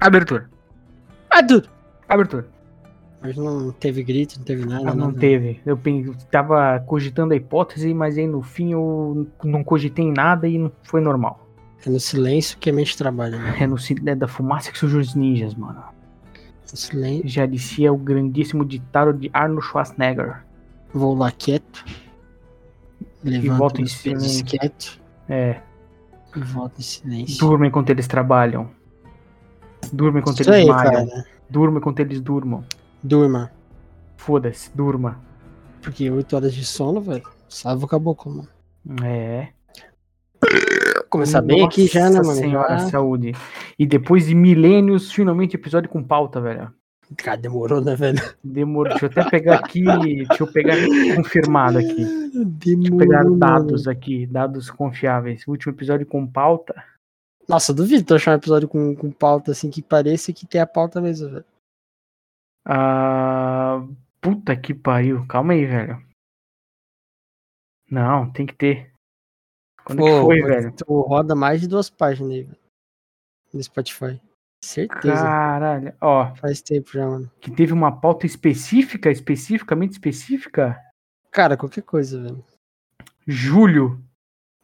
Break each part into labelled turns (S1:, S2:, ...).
S1: Abertura.
S2: Ah, tudo.
S1: Abertura.
S2: Mas não teve grito, não teve nada.
S1: Ah, não
S2: nada.
S1: teve. Eu pen- tava cogitando a hipótese, mas aí no fim eu não cogitei em nada e não foi normal.
S2: É no silêncio que a mente trabalha, né?
S1: É, no, si- é da fumaça que surgem os ninjas, mano.
S2: No silêncio.
S1: Já dizia o grandíssimo ditado de Arnold Schwarzenegger.
S2: Vou lá quieto.
S1: volta
S2: Levanto
S1: em
S2: os pesos
S1: silêncio.
S2: quieto.
S1: É,
S2: E volto em silêncio.
S1: durmem enquanto eles trabalham. Durmem enquanto
S2: Isso
S1: eles
S2: aí,
S1: malham.
S2: cara.
S1: Durma enquanto eles durmam.
S2: Durma.
S1: Foda-se, durma.
S2: Porque 8 horas de sono, velho. Salva o caboclo, mano.
S1: É.
S2: Começar bem aqui já, né,
S1: Nossa
S2: mano?
S1: Senhora,
S2: Já...
S1: saúde. E depois de milênios, finalmente episódio com pauta, velho.
S2: Cara, demorou, né, velho?
S1: Demorou. Deixa eu até pegar aqui. Deixa eu pegar confirmado aqui. Deixa eu
S2: Demorou.
S1: pegar
S2: mano.
S1: dados aqui, dados confiáveis. Último episódio com pauta.
S2: Nossa, duvido tu achar um episódio com, com pauta assim que pareça que tem a pauta mesmo, velho.
S1: Ah, puta que pariu. Calma aí, velho. Não, tem que ter. Quando é que
S2: Pô,
S1: foi,
S2: mas
S1: velho?
S2: Tu roda mais de duas páginas aí, velho. No Spotify. Certeza.
S1: Caralho. Ó,
S2: Faz tempo já, mano.
S1: que teve uma pauta específica, especificamente específica.
S2: Cara, qualquer coisa, velho.
S1: Julho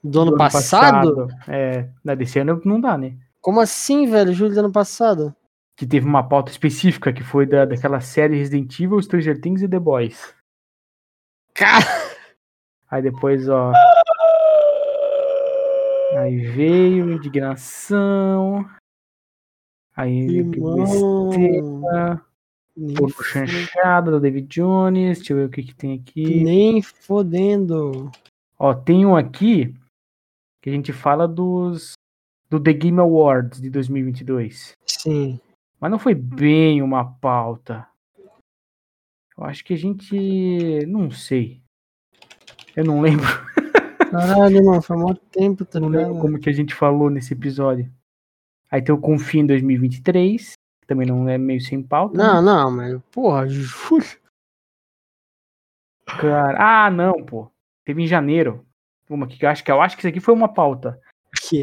S2: Do ano,
S1: do ano
S2: passado?
S1: É, na desse ano não dá, né?
S2: Como assim, velho? Julho do ano passado?
S1: Que teve uma pauta específica que foi da, daquela série Resident Evil, Stranger Things e The Boys.
S2: Cara,
S1: Aí depois, ó. Aí veio indignação. Aí veio que besteira.
S2: irmão. Nem,
S1: Pô,
S2: fo-
S1: chanchada do David Jones. Deixa eu ver o que, que tem aqui.
S2: nem fodendo.
S1: Ó, tem um aqui que a gente fala dos do The Game Awards de 2022.
S2: Sim.
S1: Mas não foi bem uma pauta. Eu acho que a gente não sei. Eu não lembro,
S2: Caralho, mano, foi mó tempo, tá
S1: não lembro
S2: ligado?
S1: como que a gente falou nesse episódio. Aí tem o Confim 2023, que também não é meio sem pauta. né?
S2: Não, não, mas, porra, julho.
S1: Cara, ah, não, pô. Teve em janeiro. Uma que eu acho que eu acho que isso aqui foi uma pauta.
S2: Que?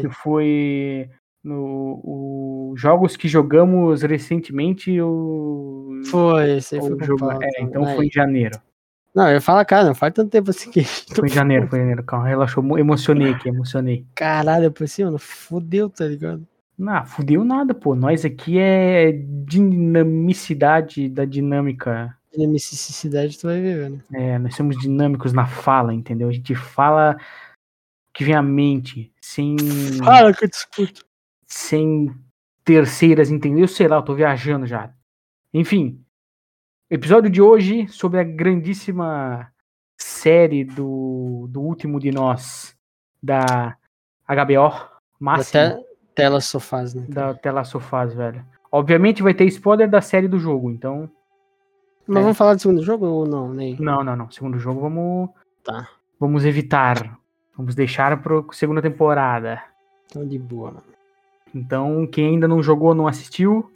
S1: que foi no o- jogos que jogamos recentemente o,
S2: Foi, isso aí foi
S1: o
S2: com
S1: jogo
S2: pauta,
S1: é, então
S2: né?
S1: foi em janeiro
S2: Não, eu ia falar, cara, não faz tanto tempo assim que.
S1: foi em janeiro foi em janeiro calma relaxou mo- emocionei aqui emocionei
S2: Caralho, eu pensei, mano, fodeu, tá ligado?
S1: não fudeu nada pô nós aqui é dinamicidade da dinâmica
S2: Dinamicidade tu vai ver, velho.
S1: É, nós somos dinâmicos na fala entendeu a gente fala o que vem à mente sem
S2: Fala que eu discuto.
S1: sem terceiras, entendeu? Sei lá, eu tô viajando já. Enfim, episódio de hoje sobre a grandíssima série do, do Último de Nós, da HBO,
S2: Ah,
S1: máxima,
S2: Até tela sofás, né?
S1: da Tela Sofás, velho. Obviamente vai ter spoiler da série do jogo, então...
S2: Mas vamos falar do segundo jogo ou É. não? Nem.
S1: Não, não, não. Segundo jogo vamos...
S2: Tá.
S1: Vamos evitar. Vamos deixar pra segunda temporada.
S2: Então de boa, mano.
S1: Então, quem ainda não jogou, não assistiu,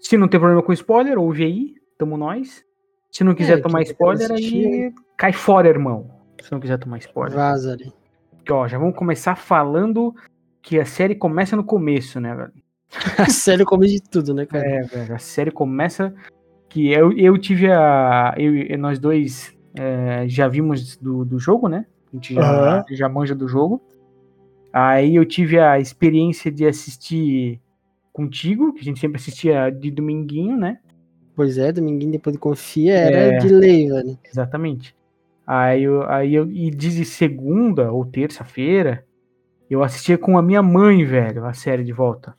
S1: se não tem problema com spoiler, ouve aí, tamo nós. Se não quiser
S2: É,
S1: tomar
S2: quem quiser
S1: spoiler, aí
S2: assistir.
S1: cai fora, irmão. Se não quiser tomar spoiler.
S2: Vaza ali.
S1: Porque, ó, já vamos começar falando que a série começa no começo, né, velho?
S2: A série come de tudo, né, cara?
S1: É, velho, a série começa que eu, eu tive a... Eu, e- nós dois é, já vimos do, do jogo, né? A gente já,
S2: Aham.
S1: já manja do jogo. Aí eu tive a experiência de assistir contigo, que a gente sempre assistia de dominguinho, né?
S2: Pois é, Dominguinho depois de Confia era
S1: É.
S2: de lei, velho.
S1: Exatamente. Aí eu, aí eu e de segunda ou terça-feira, eu assistia com a minha mãe, velho, a série de volta.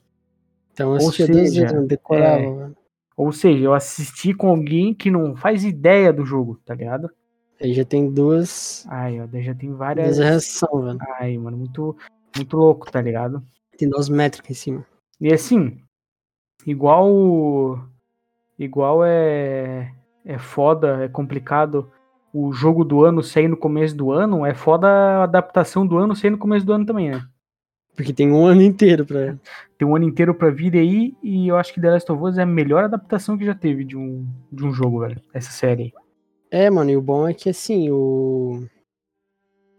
S2: Então eu
S1: Ou
S2: assistia duas
S1: seja,
S2: vezes, não decorava,
S1: é.
S2: velho.
S1: Ou seja, eu assisti com alguém que não faz ideia do jogo, tá ligado?
S2: Aí já tem duas,
S1: Aí, ó, daí já tem
S2: duas
S1: várias.
S2: reações, velho.
S1: Ai, mano, muito, muito louco, tá ligado?
S2: Tem duas métricas em cima.
S1: E assim, igual. o- Igual é. É foda, é complicado o jogo do ano sair no começo do ano, é foda a adaptação do ano sair no começo do ano também, né?
S2: Porque tem um ano inteiro pra.
S1: tem um ano inteiro pra vir aí e eu acho que The Last of Us é a melhor adaptação que já teve de um, de um jogo, velho. Essa série.
S2: É, mano, e o bom é que assim, o.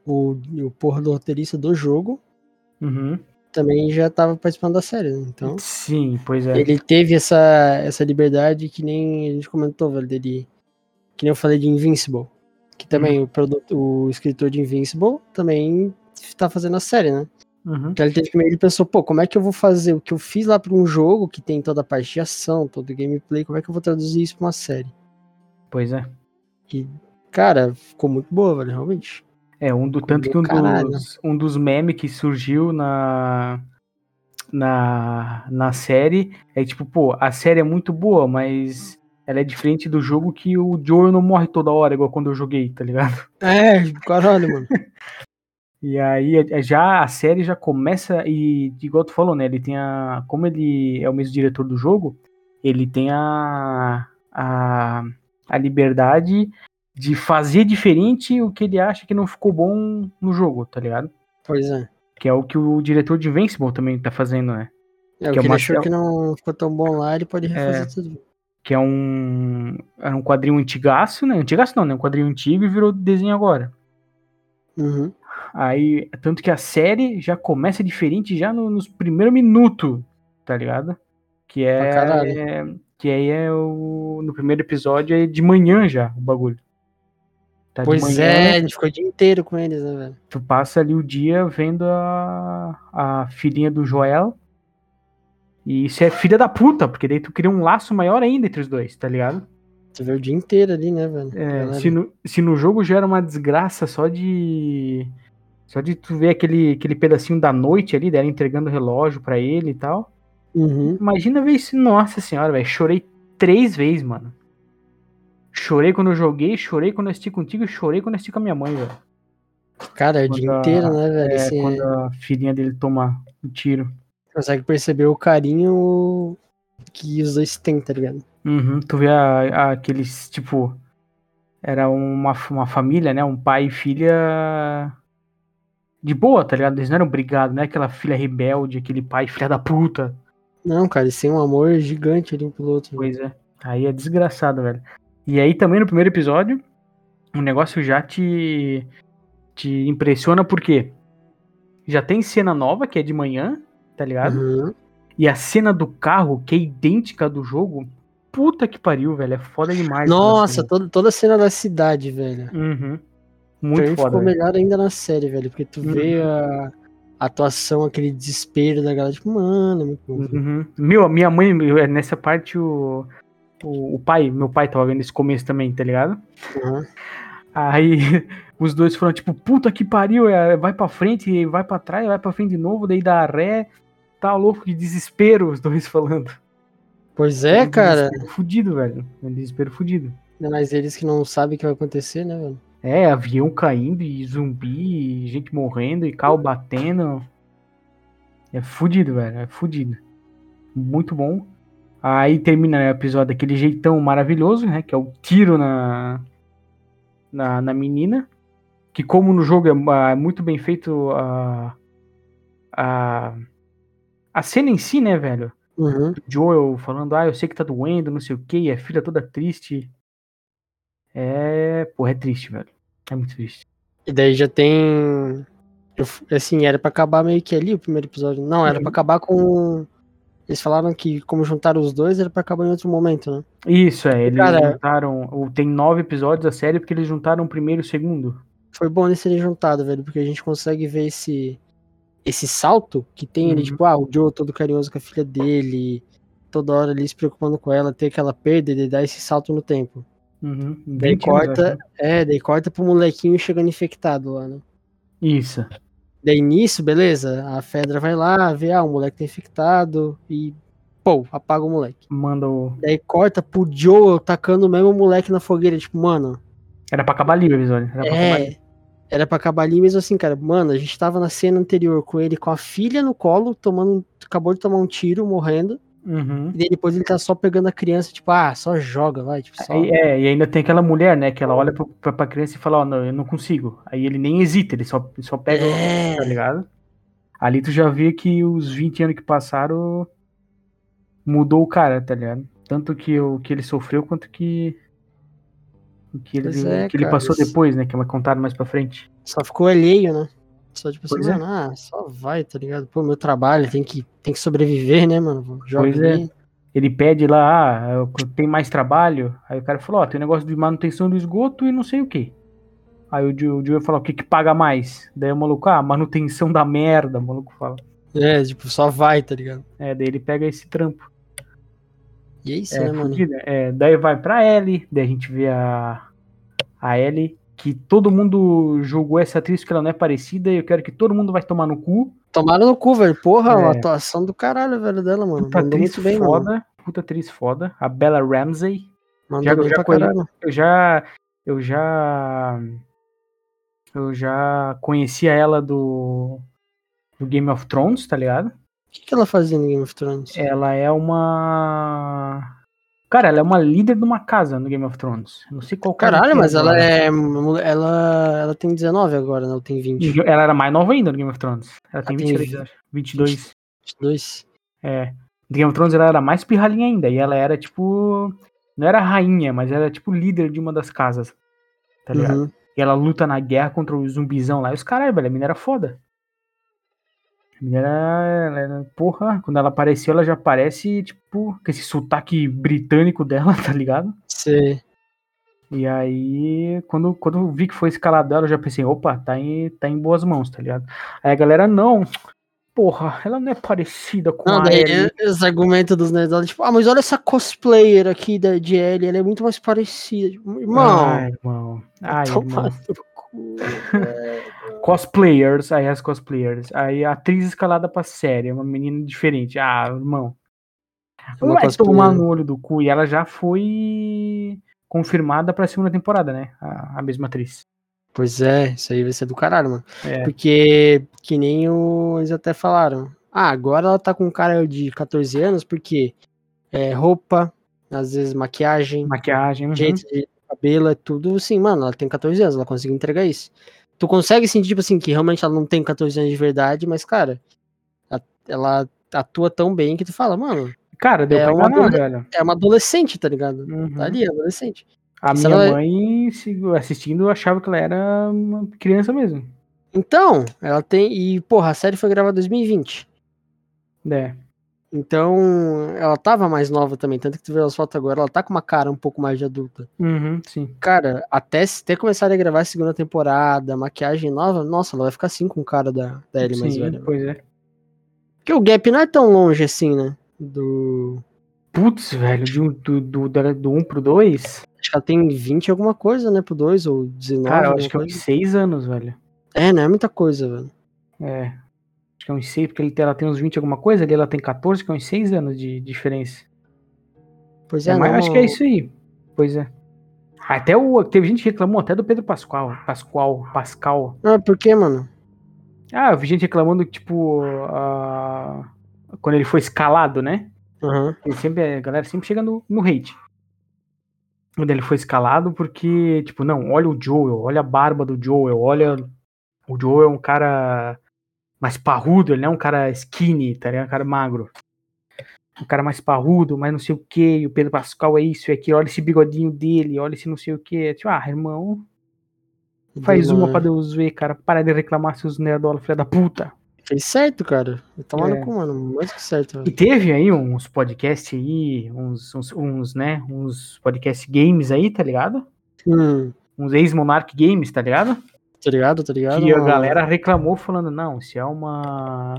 S2: O, o porra do roteirista do jogo
S1: Uhum.
S2: também já estava participando da série, né? Então,
S1: Sim, pois é.
S2: ele teve essa, essa liberdade que nem a gente comentou, velho, dele. Que nem eu falei de Invincible. Que também
S1: Uhum.
S2: o, produto, o escritor de Invincible também tá fazendo a série, né?
S1: Uhum.
S2: Então ele teve que ele pensou, pô, como é que eu vou fazer o que eu fiz lá para um jogo que tem toda a parte de ação, todo o gameplay, como é que eu vou traduzir isso pra uma série?
S1: Pois é.
S2: Cara, ficou muito boa, velho, realmente.
S1: É, um do, tanto que um
S2: Caralho.
S1: dos, um dos memes que surgiu na, na, na série é tipo, pô, a série é muito boa, mas ela é diferente do jogo que o Joel não morre toda hora, igual quando eu joguei, tá ligado?
S2: É, caralho, mano.
S1: E aí é- é já a série já começa e, igual tu falou, né? Ele tem a. Como ele é o mesmo diretor do jogo, ele tem a. a, a liberdade de fazer diferente o que ele acha que não ficou bom no jogo, tá ligado?
S2: Pois é.
S1: Que é o que o diretor de Invincible também tá fazendo, né?
S2: É,
S1: Que
S2: o que
S1: é
S2: ele
S1: uma-
S2: achou que não ficou tão bom lá, ele pode refazer
S1: É.
S2: tudo.
S1: Que é um. Era um quadrinho antigaço, né? Antigaço não, né? Um quadrinho antigo e virou desenho agora.
S2: Uhum.
S1: Aí, tanto que a série já começa diferente já no- nos primeiros minutos, tá ligado? Que
S2: Pra
S1: é.
S2: caralho.
S1: é- que aí é o. No primeiro episódio é de manhã já o bagulho. Tá de
S2: Pois
S1: manhã,
S2: é, a gente ficou o dia inteiro com eles, né, velho?
S1: Tu passa ali o dia vendo a, a filhinha do Joel. E isso é filha da puta, porque daí tu cria um laço maior ainda entre os dois, tá ligado?
S2: Tu vê o dia inteiro ali, né, velho?
S1: É,
S2: Galera.
S1: se, no, se no jogo já era uma desgraça só de. Só de tu ver aquele, aquele pedacinho da noite ali, dela entregando o relógio pra ele e tal.
S2: Uhum.
S1: Imagina ver isso. Nossa senhora, velho. Chorei três vezes, mano. Chorei quando eu joguei, chorei quando eu assisti contigo e chorei quando eu assisti com a minha mãe, velho.
S2: Cara, é o
S1: Quando
S2: dia
S1: a-
S2: inteiro, né, velho?
S1: É,
S2: Assim,
S1: quando a filhinha dele toma um tiro.
S2: Consegue perceber o carinho que os dois têm, tá ligado?
S1: Uhum, tu vê a- a- aqueles, tipo, era uma, f- uma família, né? Um pai e filha de boa, tá ligado? Eles não eram brigados, né? Aquela filha rebelde, aquele pai filha da puta.
S2: Não, cara, eles têm um amor gigante ali um pelo outro.
S1: Pois é. Aí é desgraçado, velho. E aí também no primeiro episódio, o negócio já te, te impressiona porque já tem cena nova, que é de manhã, tá ligado?
S2: Uhum.
S1: E a cena do carro, que é idêntica à do jogo, puta que pariu, velho. É foda demais. assim. aquela
S2: Nossa,
S1: cena.
S2: toda, toda a cena da cidade, velho.
S1: Uhum.
S2: Pra
S1: Muito foda.
S2: mim ficou
S1: velho.
S2: melhor ainda na série, velho. Porque tu
S1: Uhum.
S2: vê a atuação, aquele desespero da galera, tipo, mano, é muito bom.
S1: Uhum. Meu, minha mãe, meu, é, nessa parte, o, o, o pai, meu pai tava vendo esse começo também, tá ligado?
S2: Uhum.
S1: Aí os dois foram tipo, puta que pariu, é, vai pra frente, e vai pra trás, vai pra frente de novo, daí dá ré, tá louco de desespero, os dois falando.
S2: Pois é, cara.
S1: Desespero Fudido, velho. Um Desespero fudido.
S2: Ainda mais eles que não sabem o que vai acontecer, né, velho?
S1: É, avião caindo, e zumbi, e gente morrendo, e carro batendo. É fudido, velho. É fudido. Muito bom. Aí termina né, o episódio daquele jeitão maravilhoso, né? Que é o tiro na, na, na menina. Que como no jogo é ah, muito bem feito a, a, a cena em si, né, velho?
S2: Uhum.
S1: Joel falando, ah, eu sei que tá doendo, não sei o que, e a filha toda triste. É, porra, é triste, velho. É muito triste.
S2: E daí já tem. eu f- assim, era pra acabar meio que ali o primeiro episódio. Não, era
S1: Uhum.
S2: pra acabar com. Eles falaram que, como juntaram os dois, era pra acabar em outro momento, né?
S1: Isso, é, eles
S2: Cara-
S1: juntaram. o- Tem nove episódios da série porque eles juntaram o primeiro e o segundo.
S2: Foi bom eles serem juntados, velho, porque a gente consegue ver esse. Esse salto que tem ele,
S1: Uhum.
S2: tipo, ah, o Joe todo carinhoso com a filha dele, toda hora ali se preocupando com ela, ter aquela perda, ele dá esse salto no tempo.
S1: Uhum.
S2: Daí
S1: 20 anos,
S2: corta,
S1: acho, né?
S2: é, daí corta pro molequinho chegando infectado lá, né?
S1: Isso.
S2: Daí nisso, beleza, a Fedra vai lá, vê, ah, o moleque tá infectado e, pô, apaga o moleque.
S1: Manda o.
S2: Daí corta pro Joel tacando mesmo o moleque na fogueira, tipo, mano,
S1: Era pra acabar ali o episódio. Era pra acabar ali.
S2: é, era pra acabar ali mesmo assim, cara, mano, a gente tava na cena anterior com ele com a filha no colo, tomando, acabou de tomar um tiro, morrendo,
S1: Uhum.
S2: e daí depois ele tá só pegando a criança, tipo, ah, só joga, vai, tipo, só...
S1: E, é, e ainda tem aquela mulher, né? Que ela olha pro- pra, pra criança e fala: Ó, não, eu não consigo. Aí ele nem hesita, ele só, só pega,
S2: É.
S1: tá ligado? Ali tu já vê que os 20 anos que passaram mudou o cara, tá ligado? Tanto que o que ele sofreu quanto que. o que ele,
S2: Pois é,
S1: que ele
S2: cara,
S1: passou
S2: isso-
S1: é depois, né? Que é contado mais pra frente.
S2: Só ficou alheio, né? Só tipo
S1: é.
S2: assim, mano, ah, só vai, tá ligado? Pô, meu trabalho tem que, tem que sobreviver, né, mano? Joga
S1: Pois é. Ele pede lá, ah, eu- tem mais trabalho. Aí o cara falou, ó, tem um negócio de manutenção do esgoto e não sei o que. Aí o Joe, o Joe fala, o que que paga mais? Daí o maluco, ah, manutenção da merda, o maluco fala.
S2: É, tipo, só vai, tá ligado?
S1: É, daí ele pega esse trampo.
S2: E é isso,
S1: É,
S2: né, mano?
S1: fudido, é, daí vai pra Ellie, daí a gente vê a, a Ellie, que todo mundo julgou essa atriz porque ela não é parecida e eu quero que todo mundo vai tomar no cu.
S2: Tomaram no cu, velho. Porra,
S1: É.
S2: a atuação do caralho, velho, dela, mano.
S1: Puta
S2: Mandou
S1: atriz
S2: muito bem, mano.
S1: foda, puta atriz foda, a Bella Ramsey.
S2: Mandou
S1: Já-
S2: bem
S1: já
S2: pra
S1: conhe-
S2: caralho.
S1: eu já eu já eu já conhecia ela do do Game of Thrones, tá ligado?
S2: O que, que ela fazia no Game of Thrones?
S1: Ela é uma Cara, ela é uma líder de uma casa no Game of Thrones. Eu Não sei qual cara que
S2: Caralho, mas ela é. Ela, ela tem 19 agora, né? Ela tem 20.
S1: ela era mais nova ainda no Game of Thrones. Ela tem
S2: Ela tem
S1: 23, acho. 22.
S2: 22.
S1: É. No Game of Thrones ela era mais pirralhinha ainda e ela era tipo não era rainha, mas ela era tipo líder de uma das casas. Tá ligado?
S2: Uhum.
S1: E ela luta na guerra contra o zumbizão lá. E os caras, velho, a mina era foda. A mina era, ela era- Porra, quando ela apareceu, ela já aparece, tipo, com esse sotaque britânico dela, tá ligado?
S2: Cê-
S1: E aí, quando, quando eu vi que foi escalado ela, eu já pensei, opa, tá em, tá em boas mãos, tá ligado? Aí a galera, não. Porra, ela não é parecida com
S2: Não,
S1: a
S2: daí
S1: Ellie.
S2: os argumentos dos nerds, ela, tipo, ah, mas olha essa cosplayer aqui da, de Ellie, ela é muito mais parecida. Tipo, Irmão,
S1: Ai, Ah, irmão. Ai,
S2: toma
S1: irmão.
S2: no cu.
S1: Cosplayers, aí as cosplayers. Aí a atriz escalada pra série, uma menina diferente. Ah, irmão.
S2: Uma
S1: vai
S2: cosplayer.
S1: tomar no olho do cu. E ela já foi confirmada pra segunda temporada, né? A, a mesma atriz.
S2: Pois é, isso aí vai ser do caralho, mano.
S1: É.
S2: Porque, que nem o, eles até falaram. Ah, agora ela tá com um cara de 14 anos, porque é roupa, às vezes maquiagem,
S1: Maquiagem. uhum.
S2: jeito de cabelo, é tudo assim, mano, ela tem 14 anos, ela consegue entregar isso. Tu consegue sentir, tipo assim, que realmente ela não tem 14 anos de verdade, mas, cara, a- ela atua tão bem que tu fala, mano,
S1: Cara, deu
S2: É
S1: pra
S2: uma
S1: enganar,
S2: dúvida.
S1: velho.
S2: é uma adolescente, tá ligado?
S1: Uhum.
S2: Tá ali, é adolescente.
S1: A
S2: Se
S1: minha
S2: ela-
S1: mãe, se- assistindo, achava que ela era uma criança mesmo.
S2: Então, ela tem. E, porra, a série foi gravada em 2020.
S1: É.
S2: Então, ela tava mais nova também, tanto que tu vê as fotos agora, ela tá com uma cara um pouco mais de adulta.
S1: Uhum, sim.
S2: Cara, até se ter começado a gravar a segunda temporada, maquiagem nova, nossa, ela vai ficar assim com o cara da, da Ellie mais
S1: Sim,
S2: velha.
S1: pois é.
S2: Porque o gap não é tão longe assim, né? Do.
S1: Putz, velho, de um, do, do, da- do 1 pro 2,
S2: Acho que ela tem 20 e alguma coisa, né? Pro 2 ou 19.
S1: cara, eu
S2: alguma
S1: acho que é uns
S2: coisa.
S1: 6 anos, velho.
S2: É, não é muita coisa, velho.
S1: É. Acho que é uns 6, porque ele, tem- ela tem uns 20 e alguma coisa, ali ela tem 14, que é uns 6 anos de diferença.
S2: Pois é,
S1: É, mas
S2: não-
S1: acho que é isso aí. Pois é. Até o. Teve gente que reclamou até do Pedro Pascoal. Pascoal, Pascal.
S2: Não, é porque, mano?
S1: Ah, eu vi gente reclamando que, tipo. ah, quando ele foi escalado, né?
S2: Aham.
S1: Ele sempre, é, a galera sempre chega no, no hate. Quando ele foi escalado, porque, tipo, não, olha o Joel, olha a barba do Joel, olha. O Joel é um cara mais parrudo, ele não é um cara skinny, tá ligado? Um cara magro. Um cara mais parrudo, mas não sei o que, e o Pedro Pascal é isso, é aquilo, olha esse bigodinho dele, olha esse não sei o que. Tipo, ah, irmão, faz
S2: Deu
S1: uma pra Deus ver, cara. Para de reclamar seus nerdola, filha da puta.
S2: Fez certo, cara. Toma
S1: É.
S2: no cu, mano. Mais que certo,
S1: E
S2: velho.
S1: teve aí uns podcasts aí, uns, uns, uns, né, uns podcast games aí, tá ligado?
S2: Hum,
S1: Uns ex-Monarch Games, tá ligado?
S2: tá ligado, tá ligado?
S1: que a
S2: mano?
S1: galera reclamou falando, não, se é uma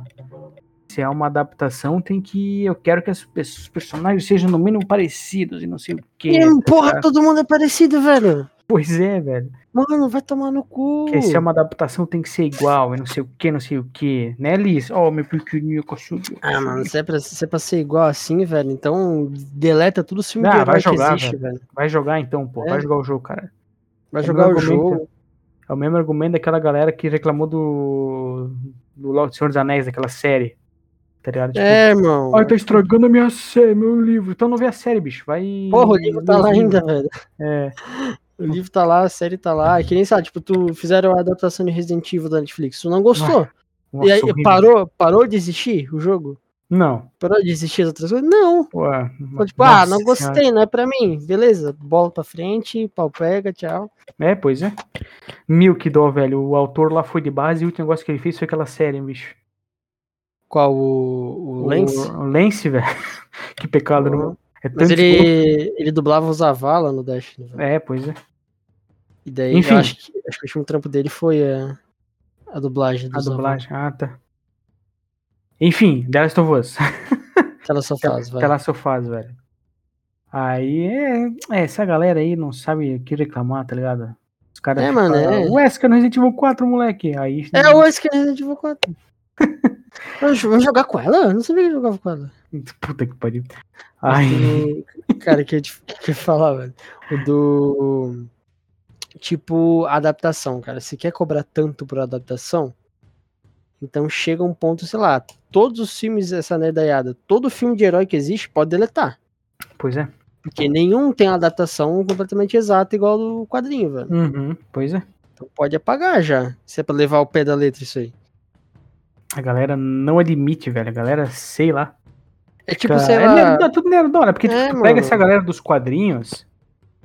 S1: se é uma adaptação, tem que eu quero que as pe- os personagens sejam no mínimo parecidos e não sei o quê.
S2: Ih,
S1: tá?
S2: porra, todo mundo é parecido, velho.
S1: Pois é, velho.
S2: Mano, vai tomar no cu.
S1: Que se é uma adaptação tem que ser igual, e não sei o que, não sei o que. Né, Liz? Ó, meu pequenininho cachorro.
S2: Ah, mano, se é, pra, se é pra ser igual assim, velho, então deleta tudo os filmes
S1: Ah,
S2: de
S1: vai
S2: herói
S1: jogar,
S2: que existe, velho.
S1: Vai jogar então, pô.
S2: É.
S1: Vai jogar o jogo, cara.
S2: Vai
S1: É
S2: jogar
S1: meu
S2: o
S1: argumento.
S2: jogo.
S1: É o mesmo argumento daquela galera que reclamou do do Lord Senhor dos Anéis, daquela série. Tá ligado? Tipo,
S2: É, irmão.
S1: Ai, tá estragando a minha série, meu livro. Então não vê a série, bicho. Vai.
S2: Porra, o livro tá lá ainda, velho.
S1: É,
S2: O livro tá lá, a série tá lá. É que nem sabe, tipo, tu fizeram a adaptação de Resident Evil da Netflix, tu não gostou.
S1: nossa,
S2: e aí
S1: horrível.
S2: parou, parou de existir o jogo?
S1: Não.
S2: Parou de existir as outras coisas? Não.
S1: Pô,
S2: Então,
S1: mas-
S2: tipo,
S1: nossa
S2: ah, não
S1: senhora.
S2: gostei, não é pra mim. Beleza, bola pra frente, pau pega, tchau.
S1: É, pois é. Mil que dó, velho. O autor lá foi de base e o último negócio que ele fez foi aquela série, bicho.
S2: Qual o, o Lance?
S1: O Lance, velho. que pecado, não. É
S2: Mas
S1: tanto-
S2: ele, ele dublava os Zavala no Dash. né?
S1: É, pois é.
S2: E daí,
S1: Enfim.
S2: eu acho que, acho que o último trampo dele foi a, a dublagem do
S1: A dublagem. Ah, tá. Enfim, The Last of Us.
S2: Que ela só faz, vai.
S1: The Last of Us, velho. Aí, é, é, essa galera aí não sabe o que reclamar, tá ligado? Os caras.
S2: É, mano, é.
S1: O Wesker no Resident Evil 4, moleque. Aí.
S2: É o Ace que a gente jogou com ela. Vamos jo- vamos jogar com ela? Eu não sabia que eu jogava com ela.
S1: Puta que pariu. Aí.
S2: Tem- Cara, que eu te- que eu ia falar, velho. O do. Tipo, adaptação, cara. Se quer cobrar tanto por adaptação, então chega um ponto, sei lá, todos os filmes dessa nerdaiada, todo filme de herói que existe, pode deletar.
S1: Pois é.
S2: Porque nenhum tem uma adaptação completamente exata igual do quadrinho, velho.
S1: Uhum, pois é.
S2: Então pode apagar já. Se é pra levar o pé da letra isso aí.
S1: A galera não admite, velho. A galera, sei lá.
S2: É tipo,
S1: fica-
S2: sei
S1: é
S2: lá.
S1: nerd- tudo nerdona, porque
S2: É,
S1: tu
S2: mano.
S1: pega essa galera dos quadrinhos,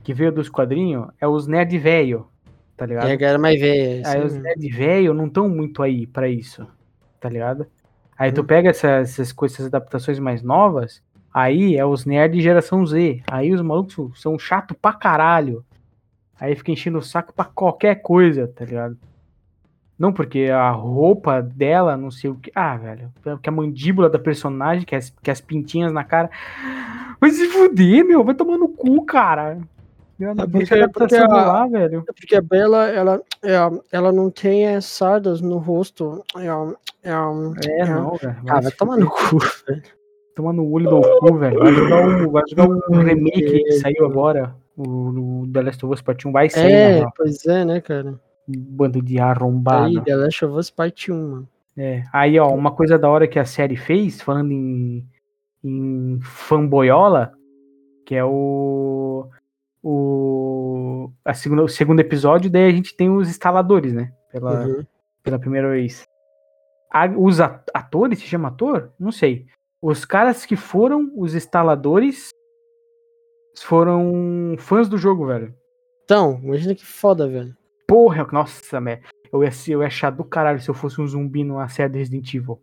S1: que veio dos quadrinhos, é os nerd velho, tá ligado?
S2: É a galera mais velha.
S1: aí
S2: assim,
S1: os
S2: né?
S1: nerd velho não estão muito aí pra isso, tá ligado? Aí tu pega essas, essas coisas, essas adaptações mais novas, aí é os nerd geração Z. Aí os malucos são chato pra caralho. Aí fica enchendo o saco pra qualquer coisa, tá ligado? Não, porque a roupa dela, não sei o que. Ah, velho. Porque a mandíbula da personagem, que é as, que as pintinhas na cara. Vai se fuder, meu. Vai tomar no cu, cara.
S2: porque-
S1: Deixa a adaptação
S2: porque a-
S1: rolar, velho.
S2: É Porque a Bela, ela, é, ela não tem é, sardas no rosto. É, um- é, um-
S1: É, não, velho.
S2: Ah, vai
S1: se
S2: tomar no cu.
S1: Toma no olho do cu, velho. Vai jogar o, vai jogar
S2: Hum,
S1: o remake aí
S2: é.
S1: que saiu agora. O, o The Last of Us Part 1 vai sair, na
S2: É,
S1: real.
S2: pois é, né, cara? Tá
S1: Bando de arrombado.
S2: Aí, The Last of Us Parte 1, mano.
S1: É. Aí, ó, uma coisa da hora que a série fez, falando em, em fanboyola, que é o. O, a segunda, o segundo episódio, daí a gente tem os instaladores, né? Pela,
S2: Uhum.
S1: pela primeira vez. A- os a- atores, se chama ator? Não sei. Os caras que foram os instaladores foram fãs do jogo, velho.
S2: Então, imagina que foda, velho.
S1: Porra, eu- nossa, me- eu ia, ser- eu ia achar do caralho se eu fosse um zumbi numa série do Resident Evil.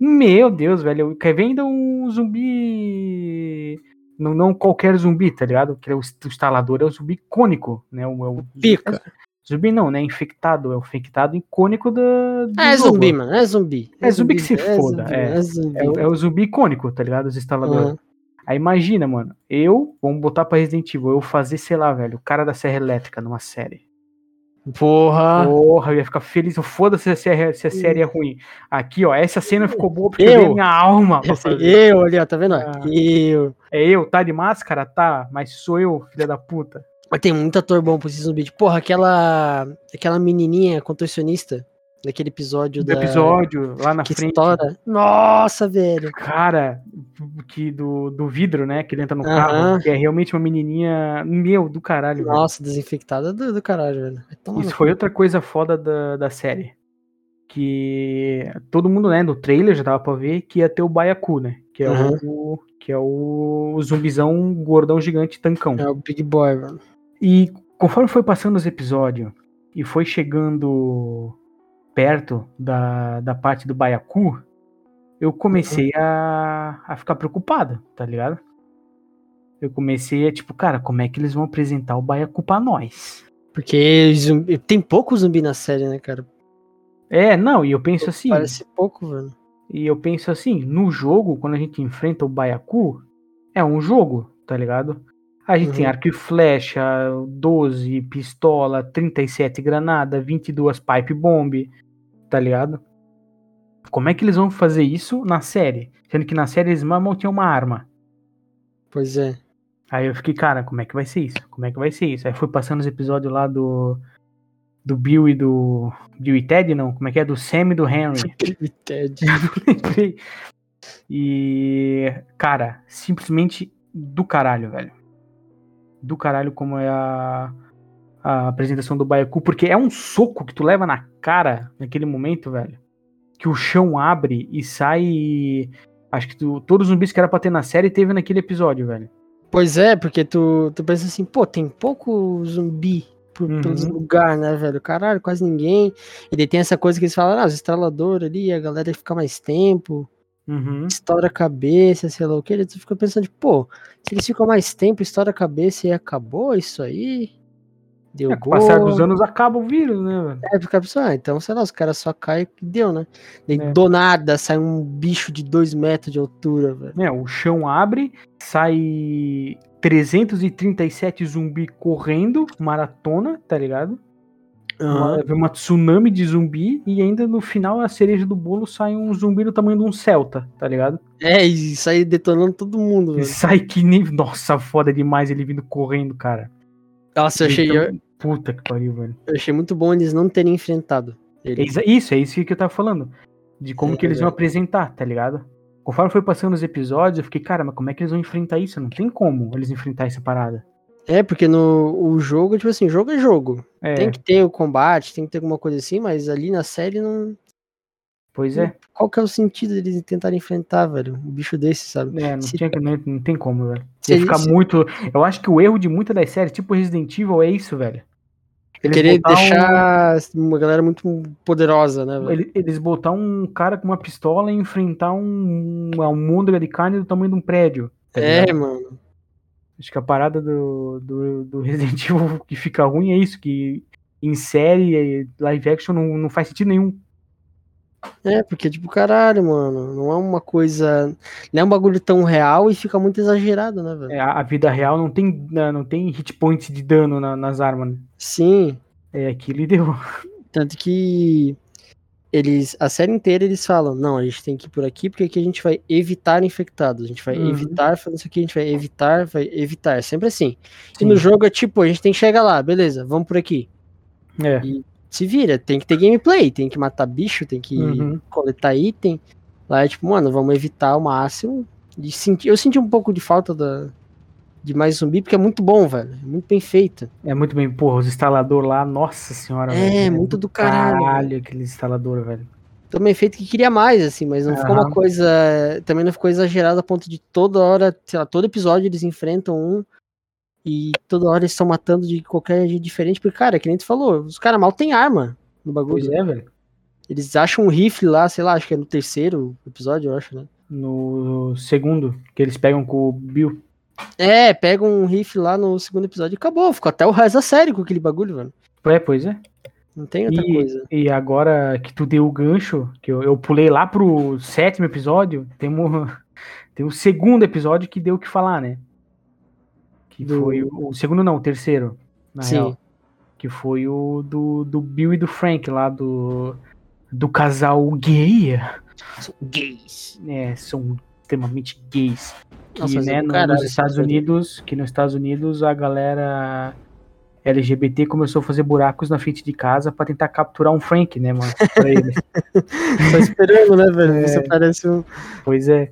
S1: Meu Deus, velho. Eu, quer ver ainda um zumbi. Não, não qualquer zumbi, tá ligado? Que é o, inst- o instalador é o zumbi icônico, né? O, é o-
S2: Pica.
S1: Zumbi não, né? Infectado. É o infectado icônico da. do
S2: Ah, é
S1: jogo.
S2: zumbi, mano. É zumbi.
S1: É zumbi que se foda,
S2: zumbi,
S1: é.
S2: É zumbi.
S1: É, o- é o zumbi icônico, tá ligado? Os instaladores.
S2: Uhum.
S1: Aí imagina, mano, eu, vamos botar pra Resident Evil, eu fazer, sei lá, velho, o cara da Serra Elétrica numa série.
S2: Porra.
S1: Porra, eu ia ficar feliz, eu foda-se se, a série- se a série é ruim. Aqui, ó, essa cena ficou boa porque eu,
S2: Uhum. Eu?
S1: dei minha alma. pra
S2: Assim,
S1: fazer.
S2: eu ali, ó, tá vendo? ó?
S1: Ah.
S2: Eu.
S1: É eu, tá de máscara? Tá, mas sou eu, filha da puta.
S2: Mas tem muito ator bom pra esse zumbi. Tipo, Porra, aquela, aquela menininha contorcionista daquele episódio
S1: Do
S2: da...
S1: episódio, lá na
S2: que
S1: frente.
S2: estoura. Nossa, velho.
S1: Cara, que do, do vidro, né, que ele entra no
S2: Aham.
S1: carro, que é realmente uma menininha, meu, do caralho, velho.
S2: Nossa, desinfectada do, do caralho, velho. É Vai tomar
S1: Isso
S2: no
S1: foi outra coisa foda da, da série. Que todo mundo, né, no trailer já dava pra ver que ia ter o Baiacu, né? Que é,
S2: Aham.
S1: o, que é o zumbizão gordão gigante tancão.
S2: cu. É o Big Boy, mano.
S1: E conforme foi passando os episódios e foi chegando perto da, da parte do Baiacu, eu comecei a, a ficar preocupado, tá ligado? Eu comecei a, tipo, cara, como é que eles vão apresentar o Baiacu pra nós?
S2: Porque zumbi- tem pouco zumbi na série, né, cara?
S1: É, não, e eu penso assim.
S2: Parece pouco, velho.
S1: E eu penso assim, no jogo, quando a gente enfrenta o Baiacu, é um jogo, tá ligado? A gente tem
S2: Uhum.
S1: arco e flecha, 12 pistola, 37 granada, 22 pipe bomb, tá ligado? Como é que eles vão fazer isso na série? Sendo que na série eles mamam tinha uma arma.
S2: Pois é.
S1: Aí eu fiquei, cara, como é que vai ser isso? Como é que vai ser isso? Aí fui passando os episódios lá do do Bill e do Bill e Ted, não, como é que é? Do Sam e do Henry.
S2: E Ted.
S1: Lembrei. E, cara, simplesmente do caralho, velho. Do caralho como é a, a apresentação do Baiacu, porque é um soco que tu leva na cara naquele momento, velho. Que o chão abre e sai Acho que tu- todos os zumbis que era pra ter na série teve naquele episódio, velho.
S2: Pois é, porque tu, tu pensa assim, pô, tem pouco zumbi por
S1: Uhum.
S2: pelos lugar, né, velho? Caralho, quase ninguém. E daí tem essa coisa que eles falam, ah, os estraladores ali, a galera fica mais tempo,
S1: Uhum.
S2: estoura a cabeça, sei lá o que. Tu fica pensando, pô, se eles ficam mais tempo, estoura a cabeça e acabou isso aí. Deu
S1: É, com o
S2: gol.
S1: passar dos anos acaba o vírus, né, velho?
S2: É, fica pensando, ah, então, sei lá, os caras só caem e deu, né? Daí
S1: É.
S2: do nada sai um bicho de dois metros de altura, velho.
S1: Né, o chão abre, sai 337 zumbi correndo, maratona, tá ligado? Uma, vem uma tsunami de zumbi e ainda no final a cereja do bolo sai um zumbi do tamanho de um Celta, tá ligado?
S2: É, e sai detonando todo mundo,
S1: E
S2: velho.
S1: sai que nem. Nossa, foda demais ele vindo correndo, cara.
S2: Nossa, eu achei,
S1: Então,
S2: eu,
S1: Puta que pariu, velho.
S2: eu achei muito bom eles não terem enfrentado
S1: É
S2: ele.
S1: isso- Isso, é isso que eu tava falando. De como
S2: É,
S1: que eles vão
S2: velho.
S1: apresentar, tá ligado? Conforme foi passando os episódios, eu fiquei, cara, mas como é que eles vão enfrentar isso? Não tem como eles enfrentar essa parada.
S2: É, porque no o jogo, tipo assim, jogo é jogo.
S1: É,
S2: Tem que ter o combate, tem que ter alguma coisa assim, mas ali na série não.
S1: pois é.
S2: Qual que é o sentido deles tentarem enfrentar, velho? Um bicho desse, sabe?
S1: É, não,
S2: Se-
S1: tinha, que- não, não tem como, velho.
S2: Se
S1: Ia
S2: eles
S1: ficar muito. Eu acho que o erro de muitas das séries, tipo Resident Evil, é isso, velho. Eles
S2: querer
S1: botar um-
S2: deixar uma galera muito poderosa, né, velho?
S1: Ele- Eles botar um cara com uma pistola e enfrentar um, uma almôndega de carne do tamanho de um prédio. tá ligado?
S2: É, mano.
S1: Acho que a parada do, do, do Resident Evil que fica ruim é isso, que em série, eh, live action, não, não faz sentido nenhum.
S2: É, porque, tipo, caralho, mano, não é uma coisa. Não é um bagulho tão real e fica muito exagerado, né, velho?
S1: É, a, a vida real não tem, né, não tem hit points de dano na- nas armas. né?
S2: Sim.
S1: É aquilo e deu.
S2: Tanto que eles, a série inteira eles falam, não, a gente tem que ir por aqui porque aqui a gente vai evitar infectados, a gente vai
S1: Uhum.
S2: evitar fazendo isso aqui, a gente vai evitar, vai evitar, é sempre assim. E
S1: Sim.
S2: no jogo é tipo, a gente tem que chegar lá, beleza, vamos por aqui.
S1: É.
S2: Se vira, tem que ter gameplay, tem que matar bicho, tem que
S1: Uhum.
S2: coletar item. Lá é tipo, mano, vamos evitar o máximo. E senti, eu senti um pouco de falta da, de mais zumbi, porque é muito bom, velho. é Muito bem feito.
S1: É muito bem, porra, os instalador lá, nossa senhora, velho.
S2: É, muito do caralho. velho.
S1: Caralho, aquele instalador, velho.
S2: tão bem feito que queria mais, assim, mas não ficou uma
S1: Aham.
S2: coisa. Também não ficou exagerado a ponto de toda hora, sei lá, todo episódio eles enfrentam um e toda hora eles estão matando de qualquer jeito diferente, porque, cara, é que nem tu falou, os caras mal tem arma no
S1: Pois
S2: bagulho.
S1: é, velho.
S2: Eles acham um rifle lá, sei lá, acho que é no terceiro episódio, eu acho, né?
S1: No segundo, que eles pegam com o Bill.
S2: É, pega um rifle lá no segundo episódio e acabou, ficou até o resto da série com aquele bagulho, velho.
S1: É, pois é.
S2: Não tem outra
S1: E-
S2: coisa.
S1: E agora que tu deu o gancho, que eu, eu pulei lá pro sétimo episódio, tem um, tem um segundo episódio que deu o que falar, né? Que
S2: Do-
S1: foi o, o segundo não, o terceiro, na
S2: Sim.
S1: real. Que foi o do, do Bill e do Frank lá do do casal gay,
S2: São gays.
S1: né? São extremamente gays. Que,
S2: Nossa, mas é
S1: né,
S2: do
S1: no-
S2: caralho
S1: nos
S2: essa
S1: Estados
S2: série.
S1: Unidos, que nos Estados Unidos a galera LGBT começou a fazer buracos na frente de casa pra tentar capturar um Frank, né, mano? Pra eles.
S2: Só esperando, né,
S1: É.
S2: velho? Você parece um.
S1: Pois é.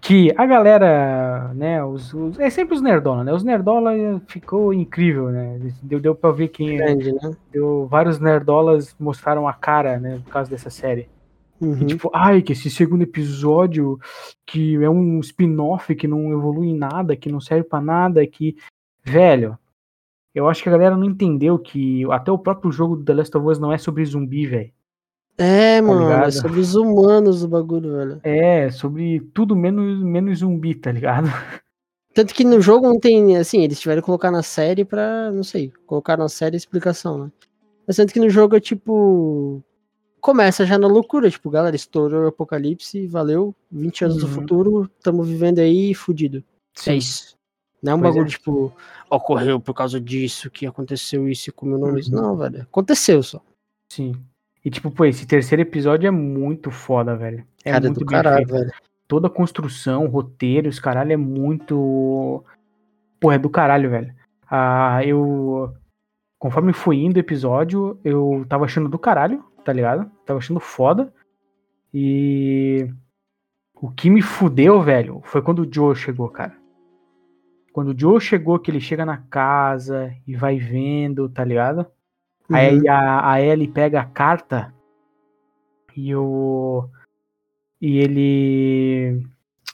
S1: Que a galera, né, os, os- é sempre os nerdola, né? Os nerdola eh, ficou incrível, né? Deu, deu pra ver quem é.
S2: grande, né?
S1: Deu, vários nerdolas mostraram a cara, né, por causa dessa série. E,
S2: Uhum.
S1: tipo, ai, que esse segundo episódio que é um spin-off que não evolui em nada, que não serve pra nada, que... Velho, eu acho que a galera não entendeu que até o próprio jogo do The Last of Us não é sobre zumbi, velho.
S2: É, mano, é
S1: Tá ligado?
S2: sobre os humanos o bagulho, velho.
S1: É sobre tudo menos, menos zumbi, tá ligado?
S2: Tanto que no jogo não tem, assim, eles tiveram que colocar na série pra, não sei, colocar na série a explicação, né? Mas tanto que no jogo é tipo. Começa já na loucura, tipo, galera, estourou o apocalipse, valeu, 20 anos do
S1: Uhum.
S2: futuro, tamo vivendo aí, fudido. É isso. Não é um
S1: Pois
S2: bagulho
S1: é.
S2: tipo, ocorreu por causa disso, que aconteceu isso e comeu nome. isso.
S1: Uhum.
S2: Não, velho. Aconteceu só.
S1: Sim. E tipo, pô, esse terceiro episódio é muito foda, velho. É
S2: Cara,
S1: muito
S2: do
S1: bem
S2: caralho,
S1: feito.
S2: velho.
S1: Toda a construção, roteiro, os caralho é muito. Pô, é do caralho, velho. Ah, eu. Conforme foi indo o episódio, eu tava achando do caralho, tá ligado? Tava achando foda. E. O que me fudeu, velho, foi quando o Joe chegou, cara. Quando o Joe chegou, que ele chega na casa e vai vendo, tá ligado?
S2: Uhum.
S1: Aí a, a Ellie pega a carta e o. E ele.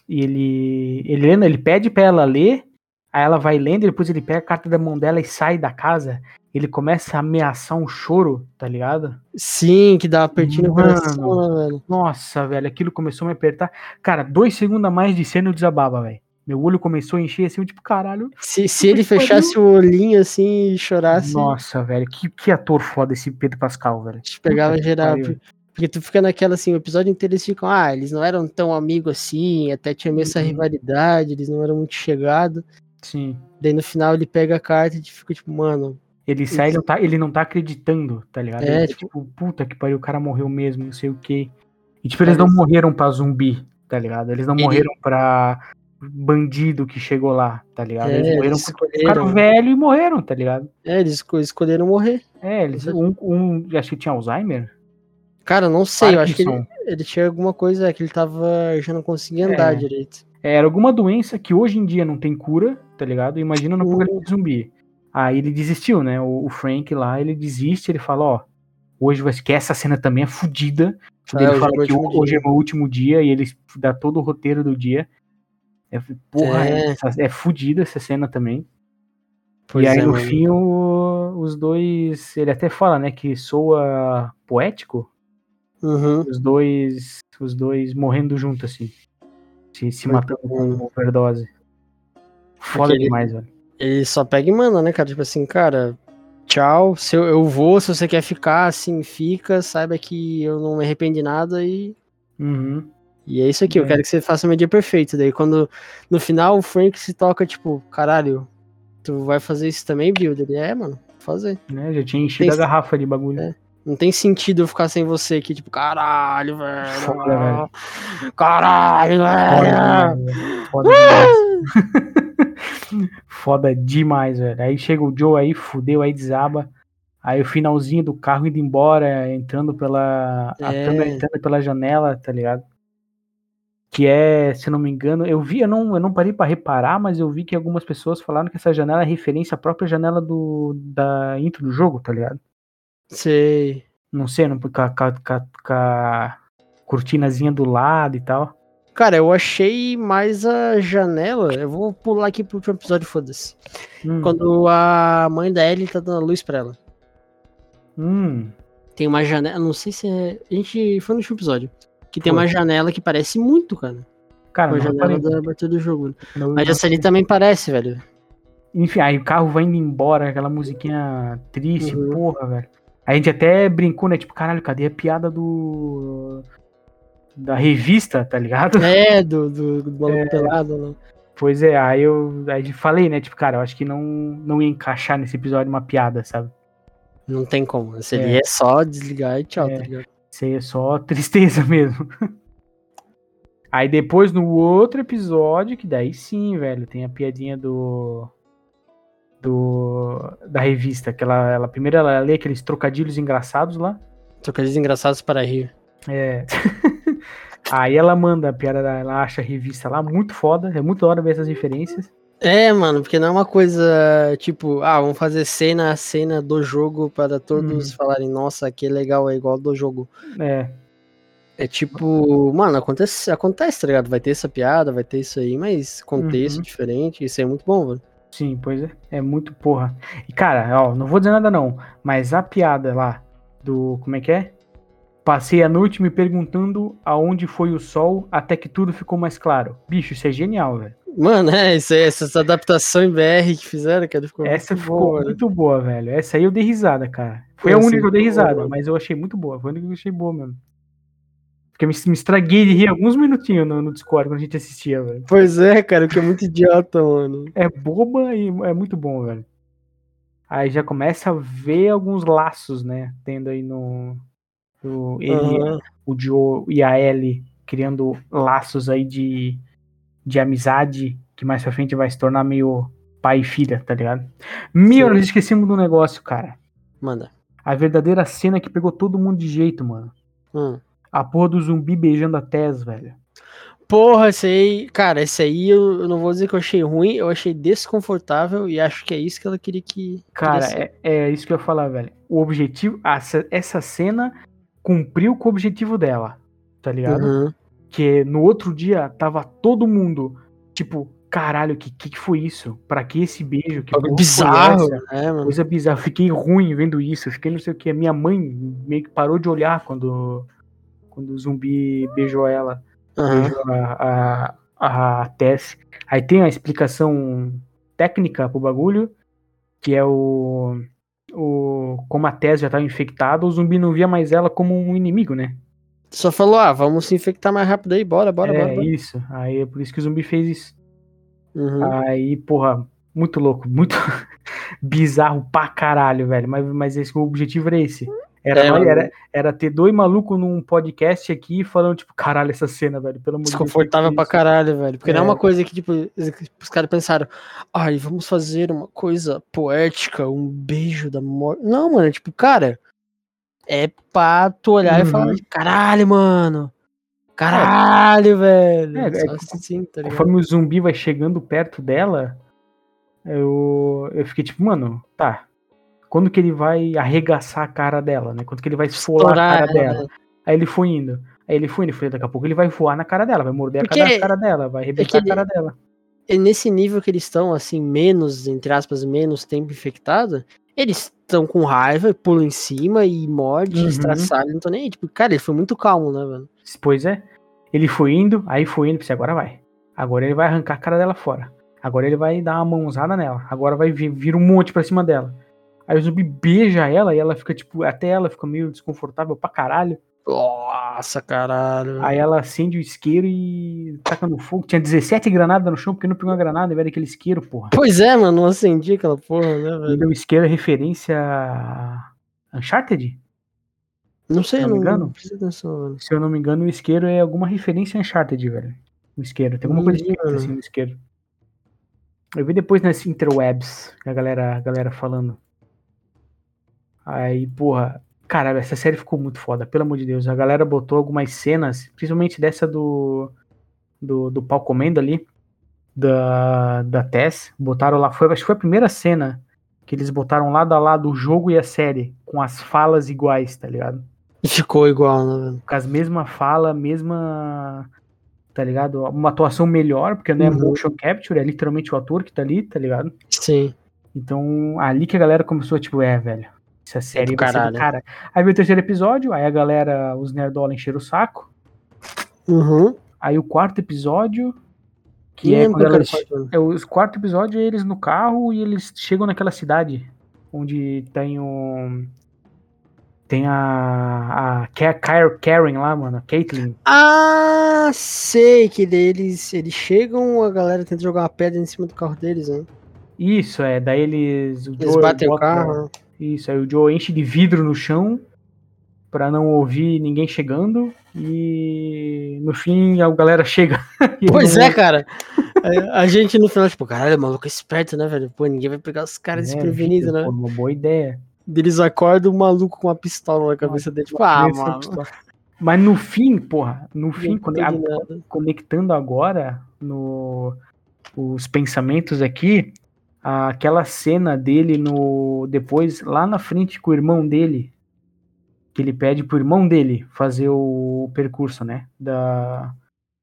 S1: E ele, ele, lendo, ele pede pra ela ler, aí ela vai lendo, e depois ele pega a carta da mão dela e sai da casa. Ele começa a ameaçar um choro, tá ligado?
S2: Sim, que dá uma apertinha no
S1: Mano.
S2: coração, né, velho?
S1: Nossa, velho, aquilo começou a me apertar. Cara, dois segundos a mais de cena eu desabava, velho. Meu olho começou a encher assim, eu tipo, caralho.
S2: Se, se ele fechasse o olhinho assim e chorasse,
S1: Nossa, velho, que, que ator foda esse Pedro Pascal, velho.
S2: te pegava
S1: Puta que
S2: geral.
S1: pariu.
S2: Porque tu fica naquela assim, o episódio inteiro eles ficam, ah, eles não eram tão amigos assim, até tinha meio essa
S1: Uhum.
S2: rivalidade, eles não eram muito chegados.
S1: Sim.
S2: Daí no final ele pega a carta e fica tipo, mano,
S1: Ele sai, ele não tá, ele não tá acreditando, tá ligado?
S2: É,
S1: Ele tá,
S2: tipo-
S1: tipo, puta que pariu, o cara morreu mesmo, não sei o quê. E tipo, eles não
S2: Parece-
S1: morreram pra zumbi, tá ligado? Eles não
S2: É Ele-
S1: morreram pra bandido que chegou lá, tá ligado?
S2: é,
S1: eles morreram
S2: eles
S1: porque ficaram
S2: escolheram,
S1: velho e morreram, tá ligado?
S2: é, eles esco- escolheram morrer.
S1: É, eles, um, um acho que tinha Alzheimer.
S2: Cara, não sei, eu acho que ele,
S1: Parkinson.
S2: ele tinha alguma coisa é, que ele tava, já não conseguia andar
S1: É.
S2: direito.
S1: Era alguma doença que hoje em dia não tem cura, tá ligado? Imagina no
S2: Hum.
S1: apocalipse zumbi. Aí ele desistiu, né? O, o Frank lá, ele desiste, ele fala, ó, hoje vai que essa cena também é fodida.
S2: É,
S1: ele
S2: hoje
S1: fala
S2: é meu
S1: que
S2: último
S1: hoje
S2: dia.
S1: é meu último dia e ele dá todo o roteiro do dia. É, porra,
S2: É.
S1: é, essa- é fodida essa cena também.
S2: Pois
S1: e aí
S2: é,
S1: no
S2: mano.
S1: fim o- os dois, ele até fala, né, que soa poético,
S2: Uhum.
S1: os dois, os dois morrendo junto assim. Se, se
S2: Muito
S1: matando
S2: bom.
S1: com uma overdose. Foda
S2: Aquele-
S1: demais, velho.
S2: Ele só pega e manda, né, cara? Tipo assim, cara, tchau, se eu, eu vou, se você quer ficar, assim, fica, saiba que eu não me arrependi de nada e.
S1: Uhum.
S2: E é isso aqui, eu
S1: É.
S2: quero que você faça meu dia perfeito. Daí quando no final o Frank se toca, tipo, caralho, tu vai fazer isso também, Bill? Ele é, mano, vou fazer.
S1: Né? Já tinha enchido a
S2: Tem-
S1: garrafa de bagulho.
S2: É. Não tem sentido eu ficar sem você aqui, tipo, caralho, velho.
S1: Foda, velho.
S2: Caralho,
S1: Foda, demais, velho. Foda
S2: velho.
S1: demais. Foda demais, velho. Aí chega o Joe aí, fudeu, aí desaba. Aí o finalzinho do carro indo embora, entrando pela. A
S2: É.
S1: câmera entrando pela janela, tá ligado? Que é, se não me engano, eu vi, eu não, eu não parei pra reparar, mas eu vi que algumas pessoas falaram que essa janela é referência à própria janela do, da intro do jogo, tá ligado?
S2: Sei.
S1: Não sei, não, com, a, com, a- com a- com a cortinazinha do lado e tal.
S2: Cara, eu achei mais a janela. Eu vou pular aqui pro último episódio, foda-se.
S1: Hum,
S2: Quando a mãe da Ellie tá dando a luz pra ela.
S1: hum,
S2: Tem uma janela. Não sei se é. A gente. Foi no último episódio. Que tem
S1: Foi.
S2: uma janela que parece muito, cara.
S1: cara,
S2: Foi a
S1: não
S2: janela
S1: reparei,
S2: da abertura do jogo. né?
S1: não-
S2: Mas essa ali também parece, velho.
S1: Enfim, aí o carro vai indo embora, aquela musiquinha triste,
S2: Uhum.
S1: porra, velho. A gente até brincou, né? Tipo, caralho, cadê a piada do. da revista, tá ligado?
S2: É, do, do, do maluco pelado, né?
S1: Pois é, aí eu aí falei, né? Tipo, cara, eu acho que não, não ia encaixar nesse episódio uma piada, sabe?
S2: Não tem como. Esse
S1: É.
S2: ali é só desligar e tchau,
S1: É.
S2: tá ligado?
S1: Isso aí é só tristeza mesmo. Aí depois, no outro episódio, que daí sim, velho, tem a piadinha do. do da revista, que ela, ela primeiro ela lê aqueles trocadilhos engraçados lá.
S2: Trocadilhos engraçados para rir.
S1: É. Aí ela manda a piada, da- ela acha a revista lá, muito foda, é muito da hora ver essas referências.
S2: É, mano, porque não é uma coisa tipo, ah, vamos fazer cena a cena do jogo para
S1: Uhum.
S2: todos falarem, nossa, que legal, é igual do jogo.
S1: É,
S2: É tipo, mano, acontece, acontece, tá ligado? Vai ter essa piada, vai ter isso aí, mas contexto
S1: Uhum.
S2: diferente, isso aí é muito bom, velho.
S1: sim, pois é, é muito porra. E cara, ó, não vou dizer nada não, mas a piada lá do, como é que é? Passei a noite me perguntando aonde foi o sol até que tudo ficou mais claro. Bicho, isso é genial, velho.
S2: Mano, é, isso aí, essas adaptações em BR que fizeram, cara, ficou
S1: Essa
S2: muito
S1: ficou
S2: boa, né?
S1: muito boa, velho. Essa aí eu dei risada, cara. Foi a
S2: Essa
S1: única que eu dei
S2: ficou boa,
S1: risada,
S2: mano.
S1: mas eu achei muito boa. Foi a única que eu achei boa mesmo. Porque eu me, me estraguei de rir alguns minutinhos no, no Discord quando a gente assistia, velho.
S2: Pois é, cara, que é muito idiota, mano.
S1: É boba e é muito bom, velho. Aí já começa a ver alguns laços, né? Tendo aí no. no ele, é.
S2: Aham.
S1: o Joe e a Ellie criando laços aí de, de amizade que mais pra frente vai se tornar meio pai e filha, tá ligado? Meu,
S2: Sim.
S1: nós esquecemos do negócio, cara.
S2: Manda.
S1: A verdadeira cena que pegou todo mundo de jeito, mano.
S2: Hum.
S1: A porra do zumbi beijando a Tess, velho.
S2: Porra, esse aí, cara, esse aí eu, eu não vou dizer que eu achei ruim, eu achei desconfortável e acho que é isso que ela queria que.
S1: Cara,
S2: queria ser.
S1: é, é isso que eu ia falar, velho. O objetivo, essa, essa cena cumpriu com o objetivo dela, tá ligado?
S2: Uhum.
S1: Que no outro dia tava todo mundo, tipo, caralho, que que, que foi isso? Pra que esse beijo? Que
S2: Algo
S1: porra foi
S2: bizarro,
S1: essa?
S2: né, mano?
S1: Coisa bizarra. Eu Fiquei ruim vendo isso. eu Fiquei não sei o que. Minha mãe meio que parou de olhar quando, quando o zumbi beijou ela
S2: Aham.
S1: vejo a, a, a Tess. Aí tem a explicação técnica pro bagulho, que é o, o. Como a Tess já estava infectada, o zumbi não via mais ela como um inimigo, né?
S2: Só falou, ah, vamos se infectar mais rápido aí, bora, bora,
S1: é
S2: bora. bora.
S1: isso. Aí é por isso que o zumbi fez isso. Ah,
S2: Uhum.
S1: Aí, porra, muito louco, muito bizarro pra caralho, velho. Mas, mas esse, o objetivo era esse. Era,
S2: É, mano.
S1: era, era ter dois malucos num podcast aqui falando, tipo, caralho, essa cena, velho. Pelo amor de Deus, pra que
S2: Desconfortável pra
S1: isso?
S2: caralho, velho. Porque não é
S1: É.
S2: uma coisa que, tipo, os- os caras pensaram, ai, vamos fazer uma coisa poética, um beijo da morte. Não, mano, é tipo, cara, é pra tu olhar e
S1: Uhum.
S2: falar, caralho, mano. Caralho, velho.
S1: É, é
S2: Só assim, tá ligado?
S1: conforme o zumbi vai chegando perto dela, eu, eu fiquei tipo, mano, tá. Quando que ele vai arregaçar a cara dela, né? Quando que ele vai esfolar a cara
S2: Estourar ela,
S1: dela? Aí ele foi indo. Aí ele foi indo, foi, daqui a pouco ele vai voar na cara dela, vai morder a
S2: Porque-
S1: cara, a cara dela, vai arrebentar
S2: é que-
S1: a cara dela.
S2: E nesse nível que eles estão, assim, menos, entre aspas, menos tempo infectado, eles estão com raiva, pulam em cima e morde,
S1: Uhum.
S2: estraçalham, não tô nem aí. Tipo, cara, ele foi muito calmo, né, mano?
S1: Pois é. Ele foi indo, aí foi indo, pensei, agora vai. Agora ele vai arrancar a cara dela fora. Agora ele vai dar uma mãozada nela. Agora vai vir, vir um monte pra cima dela. Aí o zumbi beija ela e ela fica, tipo, até ela fica meio desconfortável pra caralho.
S2: Nossa, caralho.
S1: Aí ela acende o isqueiro e taca no fogo. Tinha 17 granadas no chão, porque não pegou a granada, velho, aquele isqueiro, porra.
S2: Pois é, mano, não acendi aquela porra, né, velho?
S1: E o isqueiro é referência a Uncharted?
S2: Não sei,
S1: Se eu
S2: não,
S1: não me
S2: não
S1: engano.
S2: prestei atenção, velho.
S1: Se eu não me engano, o isqueiro é alguma referência a Uncharted, velho. O isqueiro. Tem alguma coisa
S2: Entendi,
S1: escrita
S2: mano.
S1: assim no isqueiro. Eu vi depois nas interwebs a galera, a galera falando. Aí, porra. Caralho, essa série ficou muito foda, pelo amor de Deus. A galera botou algumas cenas, principalmente dessa do. do, do pau comendo ali. Da, da Tess. Botaram lá. Foi, acho que foi a primeira cena que eles botaram lado a lado o jogo e a série. Com as falas iguais, tá ligado?
S2: E Ficou igual, né, velho?
S1: com as mesmas fala, mesma. Tá ligado? Uma atuação melhor, porque não é
S2: Uhum.
S1: motion capture, é literalmente o ator que tá ali, tá ligado?
S2: Sim.
S1: Então, ali que a galera começou, tipo, é, velho, essa série
S2: do
S1: vai ser
S2: caralho.
S1: do cara. Aí veio o terceiro episódio, aí a galera, os nerdola encheram o saco.
S2: Uhum.
S1: Aí o quarto episódio, que
S2: Nem
S1: é
S2: lembro
S1: quando
S2: daquele
S1: elas,
S2: quarto, mano.
S1: é, os quarto episódio é eles no carro e eles chegam naquela cidade onde tem um. Tem a. a Ka- Ka- Karen lá, mano, a Caitlyn.
S2: Ah, sei que deles. Eles chegam, a galera tenta jogar uma pedra em cima do carro deles, né?
S1: Isso, é. Daí eles. O
S2: Eles
S1: Joe
S2: batem o
S1: bota-
S2: carro. né?
S1: Isso, aí o Joe enche de vidro no chão pra não ouvir ninguém chegando. E no fim a galera chega. E ele
S2: Pois
S1: não-
S2: é, cara. É, A gente no final, tipo, caralho, o maluco é esperto, né, velho? Pô, ninguém vai pegar os caras
S1: É,
S2: desprevenidos,
S1: fica,
S2: né?
S1: pô, Uma boa ideia.
S2: Eles acordam o maluco com uma pistola na cabeça dele, tipo, ah,
S1: Eles são
S2: mano.
S1: pistola. é Mas no fim, porra, no fim,
S2: não
S1: quando, é
S2: entendi
S1: a-
S2: nada.
S1: conectando agora no os pensamentos aqui, aquela cena dele no depois lá na frente com o irmão dele, que ele pede pro irmão dele fazer o percurso, né, da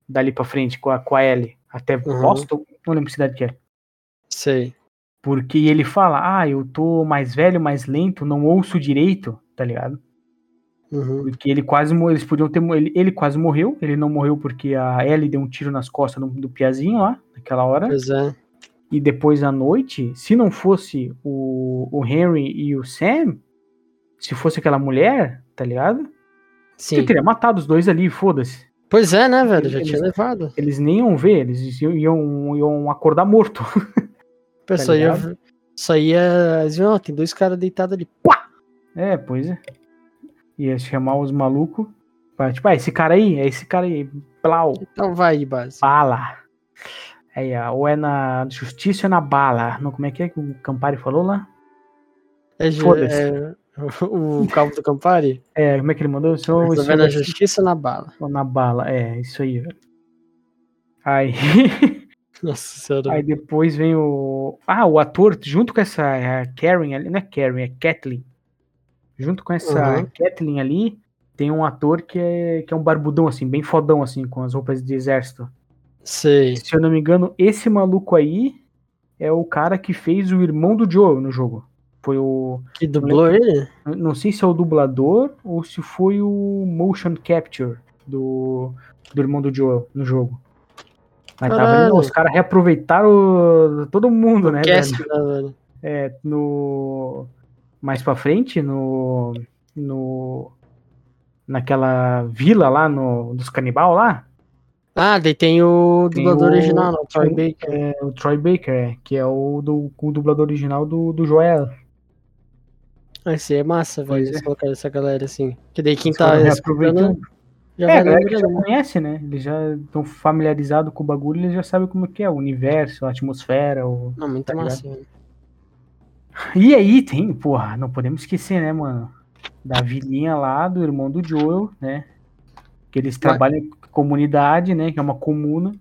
S1: dali para frente com a com a Ellie até
S2: Uhum.
S1: Boston, não lembro que cidade que é.
S2: Sei.
S1: Porque ele fala: "Ah, eu tô mais velho, mais lento, não ouço direito", tá ligado?
S2: Uhum.
S1: Porque ele quase morreu, eles podiam ter mo- ele, ele quase morreu, ele não morreu porque a Ellie deu um tiro nas costas do, do Piazinho lá, naquela hora.
S2: Pois é.
S1: E depois à noite, se não fosse o, o Henry e o Sam, se fosse aquela mulher, tá ligado? Ele
S2: Sim.
S1: teria matado os dois ali, foda-se.
S2: Pois é, né, velho? Já
S1: Eles-
S2: tinha levado.
S1: Eles nem iam ver, eles iam, iam, iam acordar morto. Tá
S2: Pessoal, ia, só ia. eles iam, "Ó, tem dois caras deitados ali.
S1: É, pois é. Ia chamar os malucos. pra, Tipo, ah, esse cara aí, é esse cara aí. Plau.
S2: Então vai aí, base.
S1: Ah, bala. Aí, ó, ou é na justiça ou é na bala. Não, como é que é que o Campari falou lá?
S2: É, ju-
S1: foda-se.
S2: é, o calvo do Campari?
S1: É, como é que ele mandou? Sou,
S2: Resolver
S1: sou
S2: na
S1: da-
S2: justiça ou na bala?
S1: sou na bala. É, isso aí, velho. Aí,
S2: Nossa senhora.
S1: aí depois vem o. Ah, o ator, junto com essa é, Karen ali. Não é Karen, é Kathleen. Junto com essa
S2: Uhum.
S1: Kathleen ali, Tem um ator que é, que é um barbudão, assim, bem fodão, assim, com as roupas de exército.
S2: Sei.
S1: Se eu não me engano, esse maluco aí é o cara que fez o irmão do Joe no jogo. Foi o.
S2: Que dublou ele?
S1: eu Não sei se é o dublador ou se foi o motion capture do, do irmão do Joe no jogo. Mas tava ali,
S2: Caralho.
S1: os caras reaproveitaram o- todo mundo, né? velho?
S2: Cast, né, velho?
S1: É, no mais pra frente no no naquela vila lá no dos canibal lá
S2: Ah, daí tem o
S1: Tem
S2: dublador
S1: o-
S2: original, não, Troy
S1: tem-
S2: Baker.
S1: é o Troy Baker é, que é o do o dublador original do, do Joel
S2: Ah, Esse é massa, velho.
S1: Pois
S2: Eles
S1: é.
S2: colocaram essa galera assim. Que daí quem
S1: Os
S2: tá
S1: caras
S2: escutando
S1: reaproveitando.
S2: já
S1: é a
S2: vai
S1: galera que já
S2: lembrando.
S1: conhece né eles já estão familiarizados com o bagulho eles já sabem como que é o universo a atmosfera o...
S2: Não, muito
S1: tá
S2: massa, velho.
S1: e aí tem porra não podemos esquecer né mano da vilinha lá do irmão do Joel né que eles trabalham em comunidade né que é uma comuna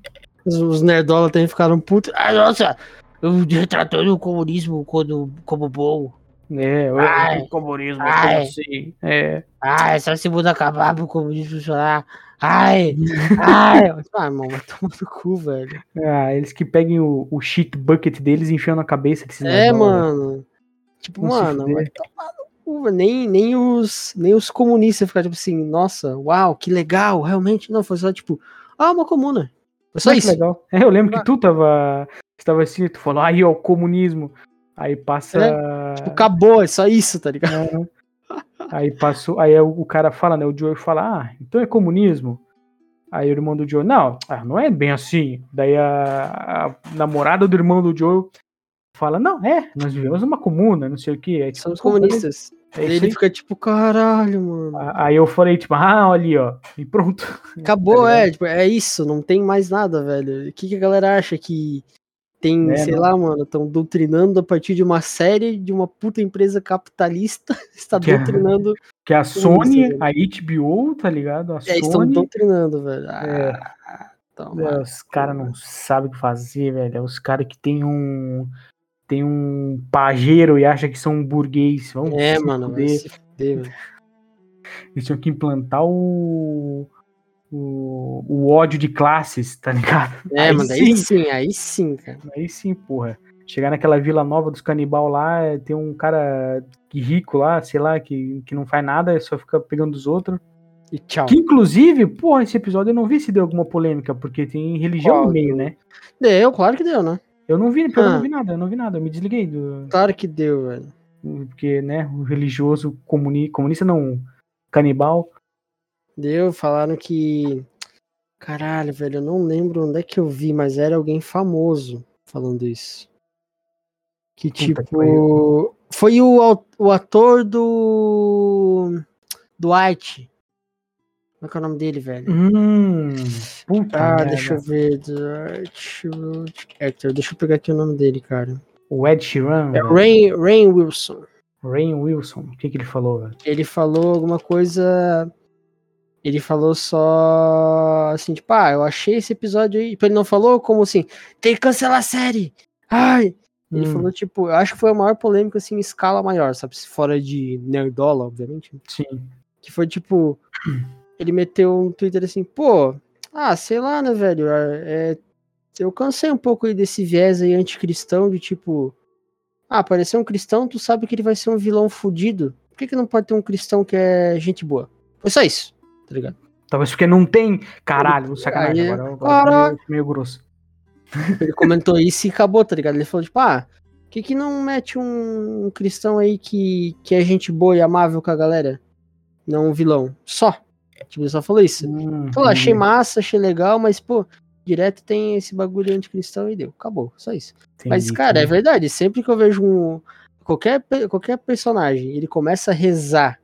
S2: Os, os nerdola também ficaram putos. Ah, nossa! Eu retratou o comunismo quando, como bom.
S1: É, o
S2: Ai.
S1: o comunismo,
S2: Ai.
S1: como assim? É.
S2: Ah, é só se mundo acabar pro comunismo funcionar. Ai! ai! Ah, irmão, vai tomar no cu, velho.
S1: Ah, eles que peguem o, o shit bucket deles e enfiam na cabeça desses
S2: É,
S1: nerdola.
S2: mano. Tipo,
S1: Vão se
S2: mano, vai
S1: fuder.
S2: tomar no cu, velho. Nem, nem, os, nem os comunistas ficam tipo assim, nossa, uau, que legal, realmente. Não, foi só tipo, ah, uma comuna. Foi só
S1: Olha que
S2: isso.
S1: legal. É, eu lembro que tu tava. Estava assim, tu falou, aí ó, o comunismo. Aí passa. né,
S2: Tipo, acabou, é só isso, tá ligado?
S1: Aí passou. Aí o, o cara fala, né? O Joe fala, ah, então é comunismo. Aí o irmão do Joe, não, ah, não é bem assim. Daí a, a namorada do irmão do Joe fala, não, é, nós vivemos uma comuna, não sei o que.
S2: Somos comunistas.
S1: É
S2: Daí
S1: isso
S2: ele
S1: aí.
S2: fica tipo, caralho, mano.
S1: A- Aí eu falei, tipo, ah, olha ali, ó. E pronto.
S2: Acabou,
S1: tá ligado?
S2: é, tipo, é isso, não tem mais nada, velho. O que, que a galera acha que tem,
S1: É,
S2: sei
S1: não.
S2: lá, mano, estão doutrinando a partir de uma série de uma puta empresa capitalista, está
S1: Que é-
S2: doutrinando,
S1: Que a Sony,
S2: velho.
S1: a HBO, tá ligado? A
S2: né? é, estão
S1: Sony.
S2: doutrinando, velho.
S1: É.
S2: Ah, toma.
S1: é, os caras não sabem o que fazer, velho. É os caras que tem um. Tem um pajeiro e acha que são um burguês. Vamos
S2: É,
S1: se
S2: mano, vai
S1: fuder.
S2: se fuder, velho.
S1: Eles tinham que implantar o. O, o ódio de classes, tá ligado?
S2: É,
S1: Aí
S2: mano, aí
S1: sim.
S2: sim, aí sim, cara.
S1: Aí sim, porra. Chegar naquela vila nova dos canibal lá, eh, tem um cara que rico lá, sei lá, que, que não faz nada, só fica pegando os outros.
S2: E tchau.
S1: Que inclusive, porra, esse episódio eu não vi se deu alguma polêmica, porque tem religião
S2: Qual?
S1: no meio, né?
S2: Deu, claro que deu, né?
S1: Eu não vi, porque eu
S2: Ah.
S1: não vi nada, eu não vi nada, eu me desliguei do.
S2: Claro que deu, velho.
S1: Porque, né, o religioso comuni, comunista não, canibal.
S2: Deu, falaram que. Caralho, velho, eu não lembro onde é que eu vi, mas era alguém famoso falando isso. Que
S1: Puta que
S2: tipo. foi o, au- o ator do. Dwight. Como é que é o nome dele, velho?
S1: Hum. Puta.
S2: Ah,
S1: merda.
S2: deixa eu ver. Dwight Actor, deixa eu pegar aqui o nome dele, cara.
S1: O Ed Sheeran,
S2: É Rain, Rain Wilson.
S1: Rain Wilson, o que que ele falou, velho?
S2: ele falou alguma coisa. Ele falou só assim, tipo, ah, eu achei esse episódio aí. Tipo, Ele não falou como assim, tem que cancelar a série. Ai! Ele
S1: Hum,
S2: falou, tipo, eu acho que foi a maior polêmica, assim, em escala maior, sabe? Fora de Nerdola, obviamente. né?
S1: Sim.
S2: Que foi tipo. Ele meteu um Twitter assim, pô, ah, sei lá, né, velho? é- eu cansei um pouco aí desse viés aí anticristão de tipo. Ah, apareceu um cristão, tu sabe que ele vai ser um vilão fudido. Por que, que não pode ter um cristão que é gente boa? Foi só isso, tá ligado?
S1: Talvez porque não tem. Caralho, sacanagem
S2: Aí,
S1: agora. agora
S2: caraca.
S1: meio, meio grosso.
S2: Ele comentou isso e acabou, tá ligado? Ele falou, tipo, ah, por que, que não mete um cristão aí que, que é gente boa e amável com a galera? Não um vilão. Só. Tipo, ele só falou isso.
S1: Hum,
S2: Pô, achei
S1: entendi,
S2: massa, achei legal, mas, pô, direto tem esse bagulho anticristão e deu. Acabou, só isso. mas,
S1: entendi,
S2: cara, é
S1: entendi.
S2: verdade. Sempre que eu vejo um. Qualquer, pe- qualquer personagem, ele começa a rezar.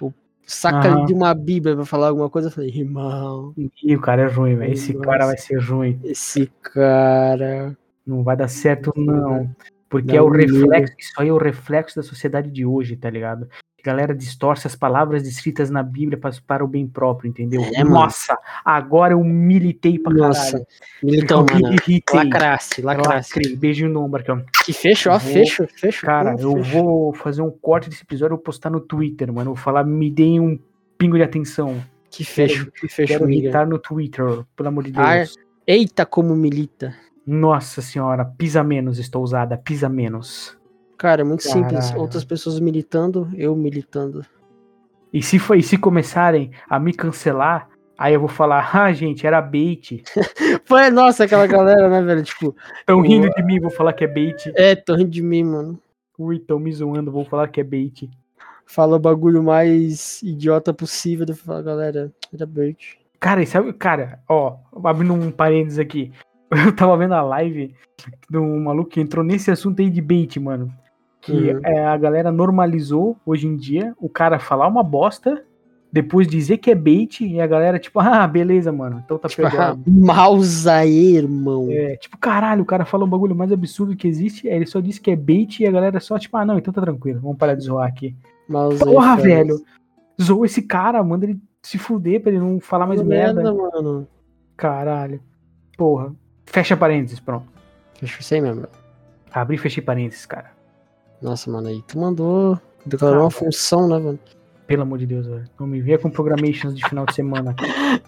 S2: Ou saca
S1: Aham.
S2: de uma Bíblia pra falar alguma coisa, eu falei, irmão,
S1: Ih, o cara é ruim, velho. Esse cara
S2: Nossa.
S1: vai ser ruim.
S2: esse cara.
S1: Não vai dar certo, não. Porque
S2: Não,
S1: é o
S2: não.
S1: reflexo, isso aí é o reflexo da sociedade de hoje, tá ligado? A galera distorce as palavras descritas na Bíblia para, para o bem próprio, entendeu?
S2: É, mano.
S1: Nossa, agora eu militei pra
S2: Nossa.
S1: caralho.
S2: Militão,
S1: eu
S2: mano.
S1: militei.
S2: Lacrasse, lacrasse.
S1: Lacrei. Beijo no ombro aqui, ó.
S2: Que fecho, ó,
S1: Vou-
S2: fecho, fecho.
S1: Cara,
S2: Hum,
S1: eu
S2: fecho.
S1: vou fazer um corte desse episódio e vou postar no Twitter, mano. Eu Vou falar, me deem um pingo de atenção.
S2: Que fecho, que fecho,
S1: Quero
S2: miga.
S1: militar no Twitter, pelo amor de Deus.
S2: Ar- Eita, como milita.
S1: Nossa senhora, pisa menos, estou usada, pisa menos.
S2: Cara, é muito simples.
S1: Caralho.
S2: Outras pessoas militando, eu militando.
S1: E se, foi, se começarem a me cancelar, aí eu vou falar, ah, gente, era bait.
S2: Foi, nossa, aquela galera, né, velho? Tipo,
S1: Estão rindo de mim, vou falar que é bait.
S2: é, tô rindo de mim, mano.
S1: Ui, estão me zoando, vou falar que é bait.
S2: Fala o bagulho mais idiota possível. Eu falo, galera, era bait.
S1: Cara, e sabe, cara, ó, abrindo um parênteses aqui. Eu tava vendo a live de um maluco que entrou nesse assunto aí de bait, mano. Que
S2: Uhum.
S1: é, a galera normalizou hoje em dia o cara falar uma bosta, depois dizer que é bait, e a galera, tipo, ah, beleza, mano, então tá
S2: Tipo, ah,
S1: perdoado.
S2: mouse aí, irmão.
S1: É, tipo, caralho, o cara falou um bagulho mais absurdo que existe, aí ele só disse que é bait e a galera só, tipo, ah, não, então tá tranquilo, vamos parar de zoar aqui.
S2: Mouse
S1: Porra,
S2: fera.
S1: velho! Zoa esse cara, manda ele se fuder pra ele não falar mais
S2: Fala
S1: merda.
S2: merda, mano.
S1: Caralho. Porra. Fecha parênteses, pronto.
S2: Acho que sei mesmo.
S1: Abri e fechei parênteses, cara.
S2: Nossa, mano, aí tu mandou. Declarou uma função, né, mano?
S1: Pelo amor de Deus, velho. Não me venha com programations de final de semana.
S2: Ai,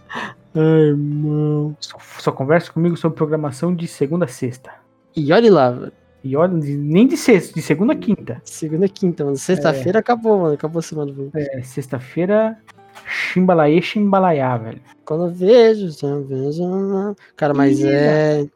S2: irmão.
S1: Só, só conversa comigo sobre programação de segunda a sexta.
S2: E olha lá, velho.
S1: E olha, de- nem de sexta, de segunda a quinta.
S2: Segunda e quinta, mano. Sexta-feira acabou, mano. Acabou a semana. velho.
S1: É, sexta-feira, chimbalaê, chimbalaiá, velho.
S2: Quando eu vejo, eu vejo. não. Cara, mas
S1: Ih,
S2: é.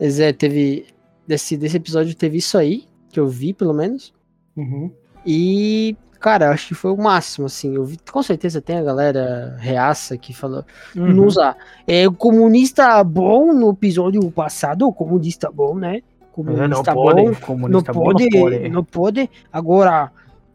S2: Mas é, teve. Desse, desse episódio teve isso aí, que eu vi, pelo menos.
S1: Uhum.
S2: E, cara, eu acho que foi o máximo, assim. Eu vi, com certeza tem a galera reaça que falou.
S1: Uhum.
S2: Não usar. É o comunista bom no episódio passado, o comunista bom, né?
S1: É, Não,
S2: Comunista
S1: pode,
S2: bom. Não
S1: comunista bom,
S2: pode,
S1: não pode.
S2: não pode. Agora,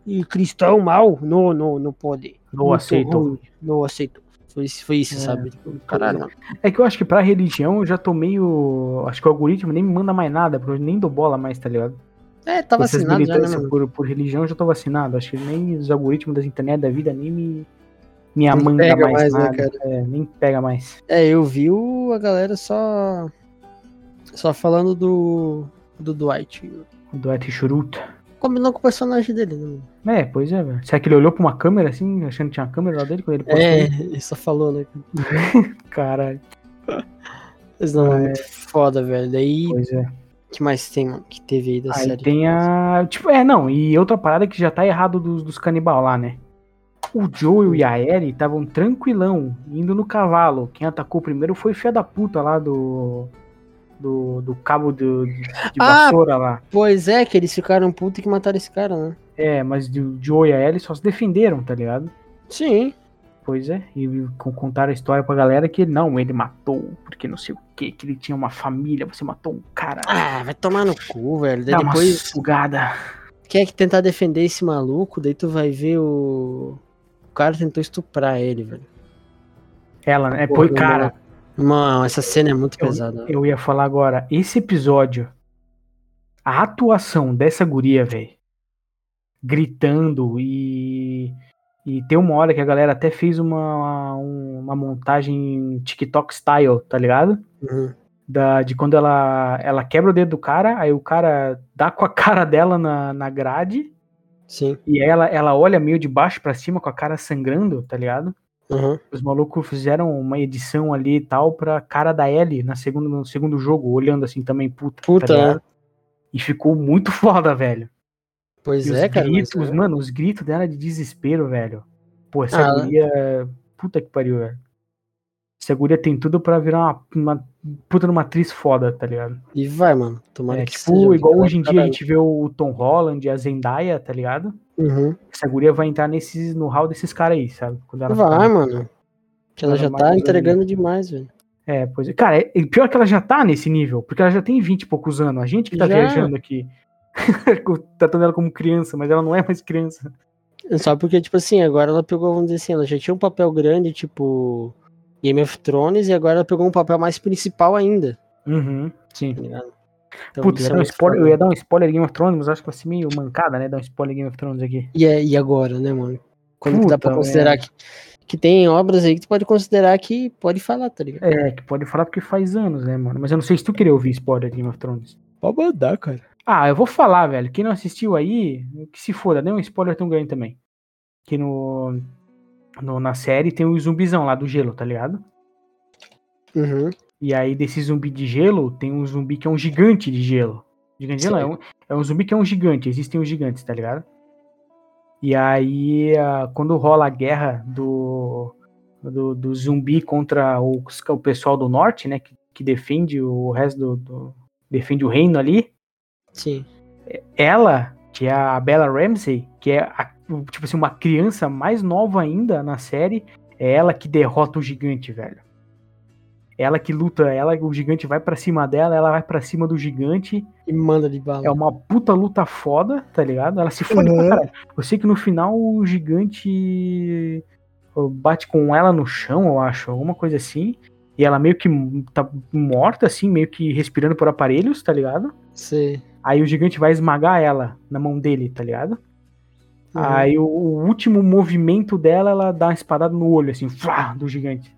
S2: e cristão mal, não, não, não pode.
S1: Não
S2: Muito
S1: aceito.
S2: ruim, Não aceito. Foi, isso- foi isso,
S1: É.
S2: sabe? Tipo, Caralho, mano.
S1: É que eu acho que pra religião eu já tô meio. Acho que o algoritmo nem me manda mais nada, porque eu nem dou bola mais, tá ligado?
S2: É, tá
S1: Essas
S2: vacinado já, né,
S1: militâncias
S2: mano?
S1: por, por religião eu já tô vacinado. Acho que nem os algoritmos das internet da vida nem me, me
S2: Não
S1: amanga
S2: pega
S1: mais,
S2: mais, né,
S1: nada. É, nem pega mais.
S2: É, eu vi o- a galera só. Só falando do. Do Dwight.
S1: O Duarte Churuta.
S2: Combinou com o personagem dele, né? mano?
S1: É, pois é, velho. Será que ele olhou pra uma câmera assim, achando que tinha uma câmera lá dele quando ele postou?
S2: É, ele só falou, né?
S1: Caralho.
S2: Mas não, é muito foda, velho. Daí, o
S1: Pois é.
S2: que mais tem, mano? Que teve aí da
S1: Aí
S2: série?
S1: tem a. Tipo, é, não. E outra parada que já tá errado dos, dos canibal lá, né? O Joel e a Ellie estavam tranquilão, indo no cavalo. Quem atacou primeiro foi o fia da puta lá do. Do, do cabo do, de, de
S2: Ah,
S1: vassoura lá.
S2: Pois é, que eles ficaram putos que mataram esse cara, né?
S1: É, mas de- o Joe e a Ellie só se defenderam, tá ligado?
S2: Sim.
S1: Pois é, e con- contaram a história pra galera que não, ele matou, porque não sei o que, que ele tinha uma família, você matou um cara.
S2: Ah, vai tomar no cu, velho. Daí
S1: Dá uma
S2: depois.
S1: sugada.
S2: quer que tentar defender esse maluco, daí tu vai ver o. O cara tentou estuprar ele, velho.
S1: Ela, né?
S2: Porra,
S1: Pô, cara,
S2: Mano, essa cena é muito pesada.
S1: eu ia falar agora, esse episódio, a atuação dessa guria, velho, gritando e. E tem uma hora que a galera até fez uma, um, uma montagem TikTok style, tá ligado?
S2: Uhum.
S1: da- de quando ela, ela quebra o dedo do cara, aí o cara dá com a cara dela na, na grade,
S2: Sim.
S1: e ela, ela olha meio de baixo pra cima com a cara sangrando, tá ligado?
S2: Uhum.
S1: Os malucos fizeram uma edição ali e tal pra cara da Ellie na segunda, no segundo jogo, olhando assim também, puta.
S2: Puta, né?
S1: ligado? E ficou muito foda, velho.
S2: Pois
S1: E os né?
S2: é, cara. mas
S1: gritos,
S2: é.
S1: mano, os gritos dela de desespero, velho. Pô, essa
S2: Ah.
S1: guria. Puta que pariu, velho. Essa guria tem tudo pra virar uma, uma puta numa atriz foda, tá ligado?
S2: E vai, mano. Tomara
S1: É,
S2: que
S1: tipo,
S2: seja
S1: igual
S2: legal
S1: hoje em
S2: pra
S1: dia a gente vê o Tom Holland e a Zendaya, tá ligado?
S2: caralho. Uhum.
S1: Essa guria vai entrar nesses, no hall desses caras aí, sabe? Quando ela
S2: Vai,
S1: ficar-
S2: mano. Que ela
S1: Ela
S2: já
S1: vai
S2: tá
S1: tá mais né?
S2: entregando demais, velho.
S1: É, pois é. Cara, é, é pior que ela já tá nesse nível, porque ela já tem 20 e poucos anos. A gente que tá
S2: Já.
S1: viajando aqui, tratando ela como criança, mas ela não é mais criança.
S2: Só porque, tipo assim, agora ela pegou, vamos dizer assim, ela já tinha um papel grande, tipo. Game of Thrones, e agora ela pegou um papel mais principal ainda.
S1: Uhum, sim.
S2: Tá ligado? Então,
S1: Putz,
S2: isso
S1: eu ia dar
S2: é
S1: um
S2: muito
S1: spoiler-
S2: foda.
S1: eu ia dar um spoiler de Game of Thrones, mas acho que vai ser meio mancada, né? Dar um spoiler de Game of Thrones aqui.
S2: E, é- e agora, né, mano? Quando que dá pra
S1: Puta
S2: considerar
S1: merda.
S2: que, que tem obras aí que tu pode considerar que pode falar, tá ligado?
S1: É, que pode falar porque faz anos, né, mano? Mas eu não sei se tu queria ouvir spoiler de Game of Thrones.
S2: Pode mandar, cara.
S1: Ah, eu vou falar, velho. Quem não assistiu aí, que se foda, deu um spoiler tão grande também. Que no. no- na série tem o zumbizão lá do gelo, tá ligado?
S2: Uhum.
S1: E aí, desse zumbi de gelo, tem um zumbi que é um gigante de gelo. Gigante de gelo
S2: Sei.
S1: é um, é um zumbi que é um gigante, existem os gigantes, tá ligado? E aí, ah, quando rola a guerra do, do, do zumbi contra os- o pessoal do norte, né? Que, que defende o resto do- do. defende o reino ali.
S2: Sim.
S1: ela, que é a Bella Ramsey, que é a- tipo assim, uma criança mais nova ainda na série, é ela que derrota o gigante, velho. Ela que luta, ela o gigante vai pra cima dela, ela vai pra cima do gigante.
S2: E manda de bala.
S1: É uma puta luta foda, tá ligado? Ela se fode pra
S2: Uhum.
S1: caralho. Eu sei que no final o gigante ó, bate com ela no chão, eu acho, alguma coisa assim. E ela meio que tá morta, assim, meio que respirando por aparelhos, tá ligado?
S2: Sei. É,
S1: Aí o gigante vai esmagar ela na mão dele, tá ligado?
S2: Uhum.
S1: Aí o, o último movimento dela, ela dá uma espadada no olho, assim, fuá, do gigante.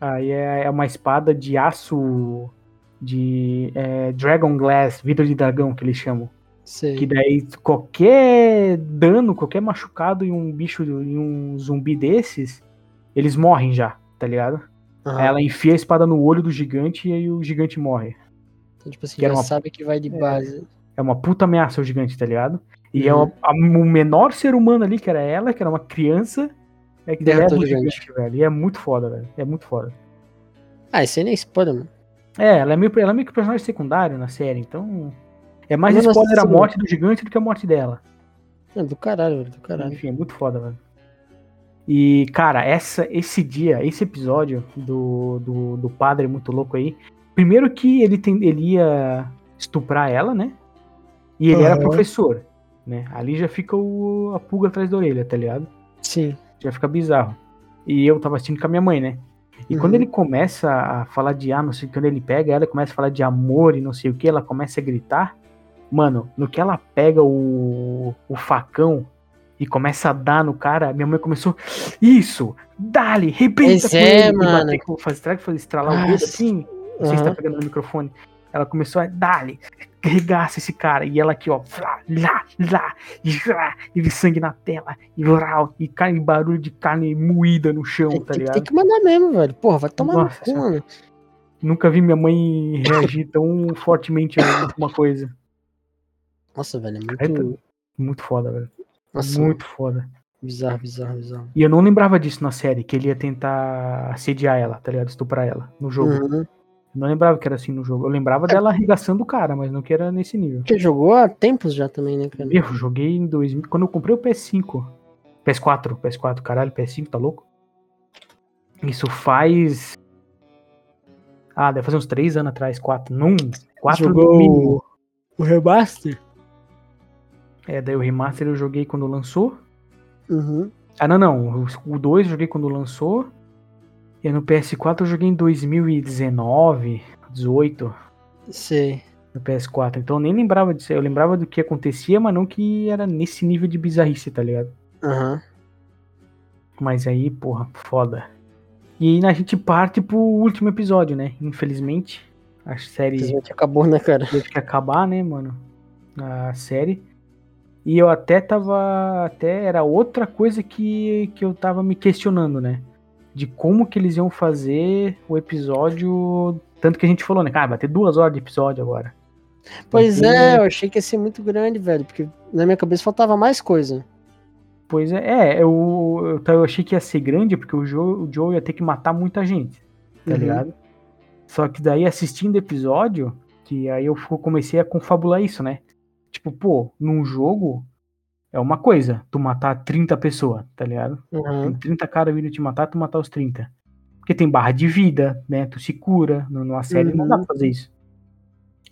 S1: Aí é, é uma espada de aço de é, Dragon Glass, vidro de dragão que eles chamam.
S2: Sei.
S1: Que daí qualquer dano, qualquer machucado em um bicho, em um zumbi desses, eles morrem já, tá ligado?
S2: Aham.
S1: Aí ela enfia a espada no olho do gigante e aí o gigante morre.
S2: Então, tipo assim,
S1: que era
S2: já
S1: uma-
S2: sabe que vai de base.
S1: É uma puta ameaça o gigante, tá ligado? E é
S2: Uhum.
S1: uma- a- o menor ser humano ali, que era ela, que era uma criança, é que
S2: Derrotou
S1: derrota o
S2: o
S1: gigante,
S2: gigante.
S1: velho. E é muito foda, velho. É muito foda.
S2: Ah, isso aí nem é spoiler, mano.
S1: É, ela é meio, ela é meio que personagem secundário na série, então. É mais
S2: Eu não
S1: spoiler a
S2: assisti,
S1: morte do gigante do que a morte dela.
S2: É do caralho, velho. Do caralho.
S1: Enfim, é muito foda, velho. E, cara, essa, esse dia, esse episódio do, do, do padre muito louco aí. Primeiro que ele, tem, ele ia estuprar ela, né? E ele era
S2: Aham.
S1: professor, né? Ali já fica o, a pulga atrás da orelha, tá ligado?
S2: Sim.
S1: já fica bizarro. E eu tava assistindo com a minha mãe, né? E
S2: Uhum.
S1: quando ele começa a falar de ah, não sei o que, quando ele pega ela, e começa a falar de amor e não sei o que, ela começa a gritar. Mano, no que ela pega o, o facão e começa a dar no cara, minha mãe começou, isso, dali, rebenta
S2: Pois é,
S1: e bater
S2: mano.
S1: com- faz, será que foi estralar o dedo
S2: Nossa.
S1: assim? Não sei se tá
S2: Aham.
S1: pegando no microfone. Ela começou a, dali, regaça esse cara. E ela aqui, ó, lá, lá, lá, e lá, e vi sangue na tela, e lá, e carne, barulho de carne moída no chão,
S2: Tem,
S1: tá
S2: tem-
S1: ligado?
S2: tem que mandar mesmo, velho. Porra, vai tomar
S1: Nossa
S2: no cu, mano.
S1: Nunca vi minha mãe reagir tão fortemente a alguma coisa.
S2: Nossa, velho, é
S1: Careta.
S2: muito.
S1: Muito foda, velho.
S2: Nossa,
S1: Muito foda.
S2: bizarro, bizarro, bizarro.
S1: E eu não lembrava disso na série, que ele ia tentar assediar ela, tá ligado? Estuprar ela no jogo.
S2: Uhum. É.
S1: Eu não lembrava que era assim no jogo. Eu lembrava dela arregaçando o cara, mas não que era nesse nível.
S2: Porque jogou há tempos já também, né, cara?
S1: Eu joguei em 2000, quando eu comprei o PS5. PS4, PS4, caralho, PS5, tá louco? Isso faz. Ah, deve fazer uns 3 anos atrás, 4. Não, 4 no mínimo.
S2: jogou o remaster?
S1: É, daí o remaster eu joguei quando lançou.
S2: Uhum.
S1: Ah, não, não. O o 2 eu joguei quando lançou. E no PS4 eu joguei em 2019, 18,
S2: Sei.
S1: no PS4. Então eu nem lembrava disso. Eu lembrava do que acontecia, mas não que era nesse nível de bizarrice, tá ligado?
S2: Aham.
S1: Mas aí, porra, foda. E aí a gente parte pro último episódio, né? Infelizmente, a série
S2: Infelizmente Acabou, né, cara?
S1: teve que acabar, né, mano? A série. E eu até tava. Até era outra coisa que, que eu tava me questionando, né? De como que eles iam fazer o episódio. Tanto que a gente falou, né? Cara, vai ter duas horas de episódio agora.
S2: Pois
S1: Vai ter-
S2: é, eu achei que ia ser muito grande, velho. Porque na minha cabeça faltava mais coisa.
S1: Pois é, é eu, eu, ta- eu achei que ia ser grande, porque o Joe, o Joe ia ter que matar muita gente, tá
S2: Uhum.
S1: ligado? Só que daí assistindo episódio, que aí eu fu- comecei a confabular isso, né? Tipo, pô, num jogo é uma coisa, tu matar 30 pessoas, tá ligado? Tem
S2: Uhum.
S1: 30 caras vindo te matar, tu matar os 30. Porque tem barra de vida, né? Tu se cura, no- numa série não dá
S2: Uhum.
S1: pra fazer isso.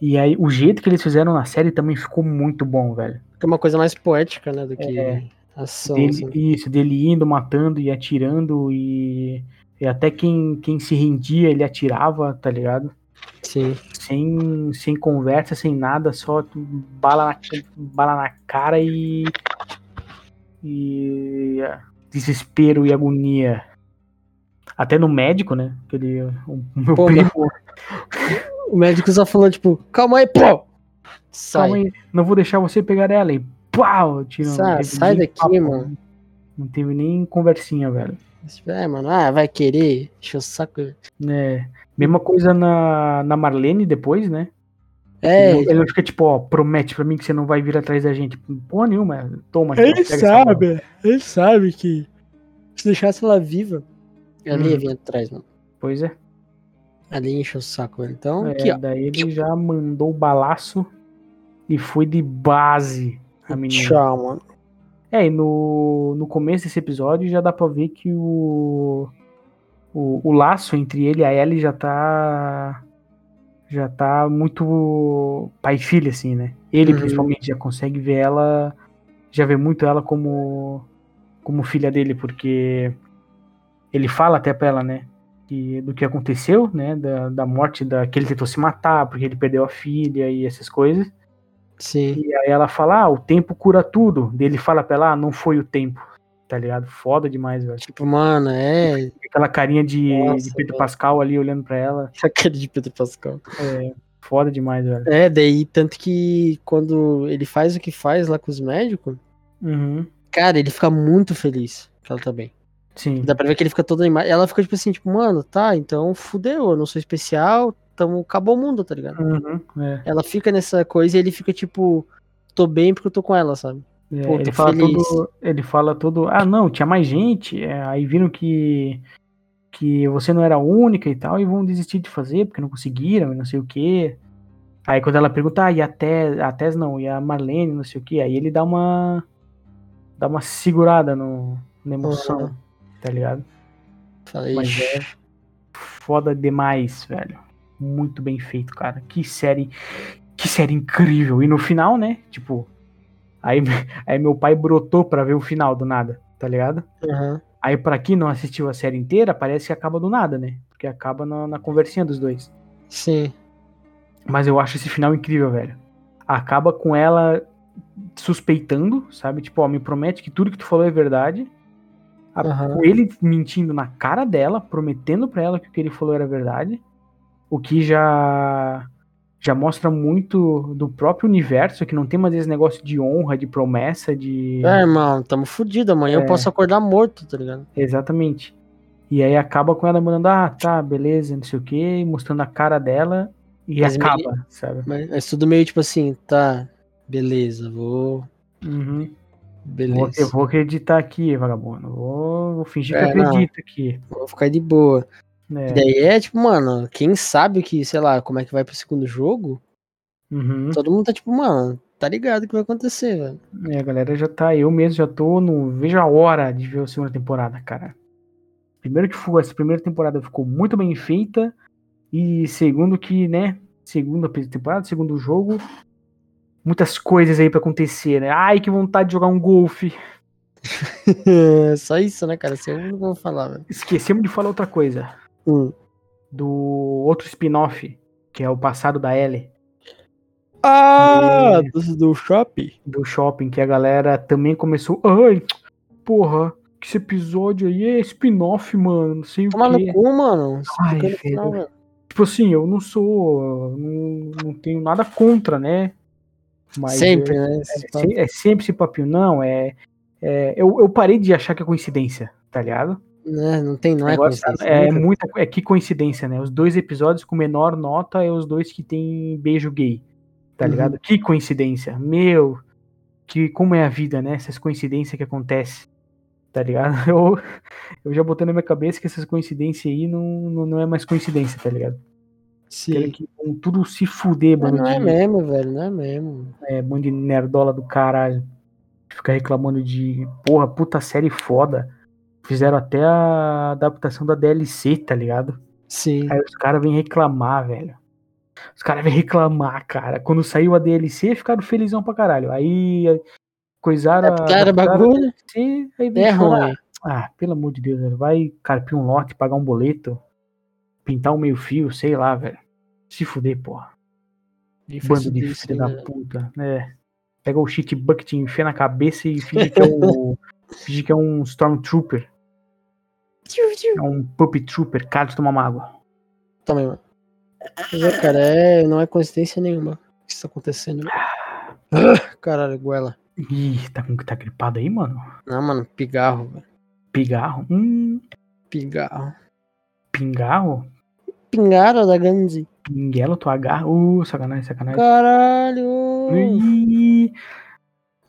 S1: E aí, o jeito que eles fizeram na série também ficou muito bom, velho.
S2: Fica é uma coisa mais poética, né? Do que
S1: É.
S2: ação.
S1: Dele-
S2: assim.
S1: Isso, dele indo, matando e atirando e, e até quem, quem se rendia, ele atirava, tá ligado?
S2: Sim.
S1: Sem, sem conversa, sem nada, só tu- bala na, bala na cara e, e desespero e agonia. Até no médico, né? Aquele, o meu
S2: Pô,
S1: primo,
S2: O médico só falou, tipo, calma aí, pô! Sai.
S1: calma aí, não vou deixar você pegar ela e pau! Tirando,
S2: Sai- sai daqui, mano.
S1: Não teve nem conversinha, velho.
S2: É, mano, ah, vai querer. Deixa eu saco.
S1: É. Mesma coisa na, na Marlene depois, né?
S2: É,
S1: Ele não fica tipo, ó, promete pra mim que você não vai vir atrás da gente. Porra nenhuma. Toma, aqui, ó,
S2: ele
S1: pega essa bola.
S2: sabe, ele sabe que se deixasse ela viva, ela
S1: Hum.
S2: ia vir atrás, mano.
S1: Pois é.
S2: Ali enche o saco, velho. Então,
S1: É,
S2: aqui, ó.
S1: daí ele já mandou o balaço e foi de base a menina.
S2: Tchau, mano.
S1: É, e no, no começo desse episódio já dá pra ver que o, o, o laço entre ele e a Ellie já tá. Já tá muito pai e filha, assim, né? Ele,
S2: Uhum.
S1: principalmente, já consegue ver ela. Já vê muito ela como. Como filha dele, porque. Ele fala até pra ela, né? Que, do que aconteceu, né? Da, da morte, da, que ele tentou se matar, porque ele perdeu a filha e essas coisas.
S2: Sim.
S1: E aí ela fala, ah, o tempo cura tudo. Daí Ele fala pra ela, ah, não foi o tempo. Tá ligado? Foda demais, velho.
S2: Tipo, mano, é.
S1: Aquela carinha de,
S2: Nossa,
S1: de Pedro
S2: velho.
S1: Pascal ali olhando pra ela.
S2: Aquele de Pedro Pascal.
S1: É, foda demais, velho.
S2: É, daí, tanto que quando ele faz o que faz lá com os médicos,
S1: Uhum.
S2: cara, ele fica muito feliz que ela tá bem.
S1: Sim.
S2: Dá pra ver que ele fica todo animado. Ela fica tipo assim, tipo, mano, tá, então fudeu, eu não sou especial, tamo, acabou o mundo, tá ligado?
S1: Uhum, é.
S2: Ela fica nessa coisa e ele fica tipo, tô bem porque eu tô com ela, sabe?
S1: É,
S2: Pô,
S1: ele,
S2: tô
S1: fala
S2: feliz.
S1: todo, ele fala todo. Ah, não, tinha mais gente. é, aí viram que, que você não era a única e tal, e vão desistir de fazer, porque não conseguiram, e não sei o quê. Aí quando ela pergunta, ah, e a Tess, a Tess não, e a Marlene, não sei o quê, aí ele dá uma. dá uma segurada no, na emoção,
S2: Uhum.
S1: tá ligado?
S2: Falei,
S1: Mas
S2: "Ixi,
S1: é foda demais, velho. Muito bem feito, cara. Que série. Que série incrível. E no final, né? Tipo. Aí, aí meu pai brotou pra ver o final do nada, tá ligado?
S2: aham,
S1: Aí pra quem não assistiu a série inteira, parece que acaba do nada, né? Porque acaba na, na conversinha dos dois.
S2: Sim.
S1: Mas eu acho esse final incrível, velho. Acaba com ela suspeitando, sabe? Tipo, ó, me promete que tudo que tu falou é verdade. A-
S2: Aham.
S1: com Ele mentindo na cara dela, prometendo pra ela que o que ele falou era verdade. O que já já mostra muito do próprio universo, que não tem mais esse negócio de honra, de promessa, de
S2: É, irmão, tamo fudido. Amanhã eu
S1: É.
S2: posso acordar morto, tá ligado?
S1: Exatamente. E aí acaba com ela mandando, ah, tá, beleza, não sei o quê, e mostrando a cara dela e
S2: Mas
S1: acaba, sabe?
S2: Mas é tudo meio tipo assim, tá, beleza, vou.
S1: Uhum. Vou, eu
S2: Beleza.
S1: vou acreditar aqui, vagabundo. Vou, vou fingir
S2: É,
S1: que
S2: não.
S1: acredito aqui.
S2: Vou ficar de boa.
S1: né?
S2: E daí é tipo, mano, quem sabe que, sei lá, como é que vai pro segundo jogo,
S1: Uhum.
S2: todo mundo tá tipo, mano, tá ligado o que vai acontecer, velho.
S1: É, a galera já tá, eu mesmo já tô no. Vejo a hora de ver a segunda temporada, cara. Primeiro que foi, essa primeira temporada ficou muito bem feita. E segundo que, né? Segunda temporada, segundo jogo. Muitas coisas aí pra acontecer, né? Ai, que vontade de jogar um golfe.
S2: Só isso, né, cara? Isso eu não vou falar, velho.
S1: Esquecemos de falar outra coisa.
S2: Hum.
S1: Do outro spin-off, que é o passado da Ellie,
S2: Ah, do, do shopping?
S1: do shopping, que a galera também começou. Ai, porra, que esse episódio aí é spin-off, mano. Não sei
S2: Toma
S1: o
S2: no
S1: quê.
S2: cu, mano. Se
S1: Ai,
S2: tocando no
S1: filho.
S2: final, velho.
S1: Tipo assim, eu não sou. Não, não tenho nada contra, né? Mas
S2: Sempre,
S1: é-
S2: né?
S1: É,
S2: esse papo.
S1: se- é sempre esse papinho, não. É, é- eu, eu parei de achar que é coincidência, tá ligado?
S2: Né, Não tem, não é
S1: Agora, sabe,
S2: coincidência.
S1: é,
S2: nunca-
S1: muita, é que coincidência, né? Os dois episódios com menor nota é os dois que tem beijo gay, tá
S2: Uhum.
S1: ligado? Que coincidência. Meu, que como é a vida, né? Essas coincidências que acontecem, tá ligado? Eu, eu já botei na minha cabeça que essas coincidências aí não, não, não é mais coincidência, tá ligado? Quero
S2: Sim.
S1: que vão tudo se fuder,
S2: Mas
S1: bando,
S2: não é
S1: tipo de,
S2: mesmo, velho, não é mesmo.
S1: é, bando de nerdola do caralho. Ficar reclamando de, porra, puta série foda. Fizeram até a adaptação da DLC, tá ligado?
S2: Sim.
S1: Aí os caras vêm reclamar, velho. Os caras vêm reclamar, cara. Quando saiu a DLC, ficaram felizão pra caralho. Aí eh, coisaram a- adaptaram a
S2: Cara, É bagulho
S1: DLC, aí vem
S2: é
S1: chorar.
S2: ruim.
S1: Ah, pelo amor de Deus, velho. Vai carpir um lote, pagar um boleto, pintar um meio fio, sei lá, velho. Se fuder, porra. Bando de
S2: Difícil
S1: filho da
S2: disso, né?
S1: puta, né? Pega o shit bucket, enfia na cabeça e finge que é o. finge que é um Stormtrooper.
S2: Tiu, tiu.
S1: É um Puppy Trooper, cara, toma uma água.
S2: Toma aí, mano. Mas é, cara, é, não é coincidência nenhuma o que está acontecendo. velho. Ah, Caralho, goela.
S1: Ih, tá, com- tá gripado aí, mano?
S2: Não, mano, pigarro, velho.
S1: Pigarro? Hum,
S2: Pigarro.
S1: pingarro?
S2: Pingara da Ganzi.
S1: Pinguelo, tu agarra? Uh, sacanagem, sacanagem.
S2: Caralho!
S1: Ih.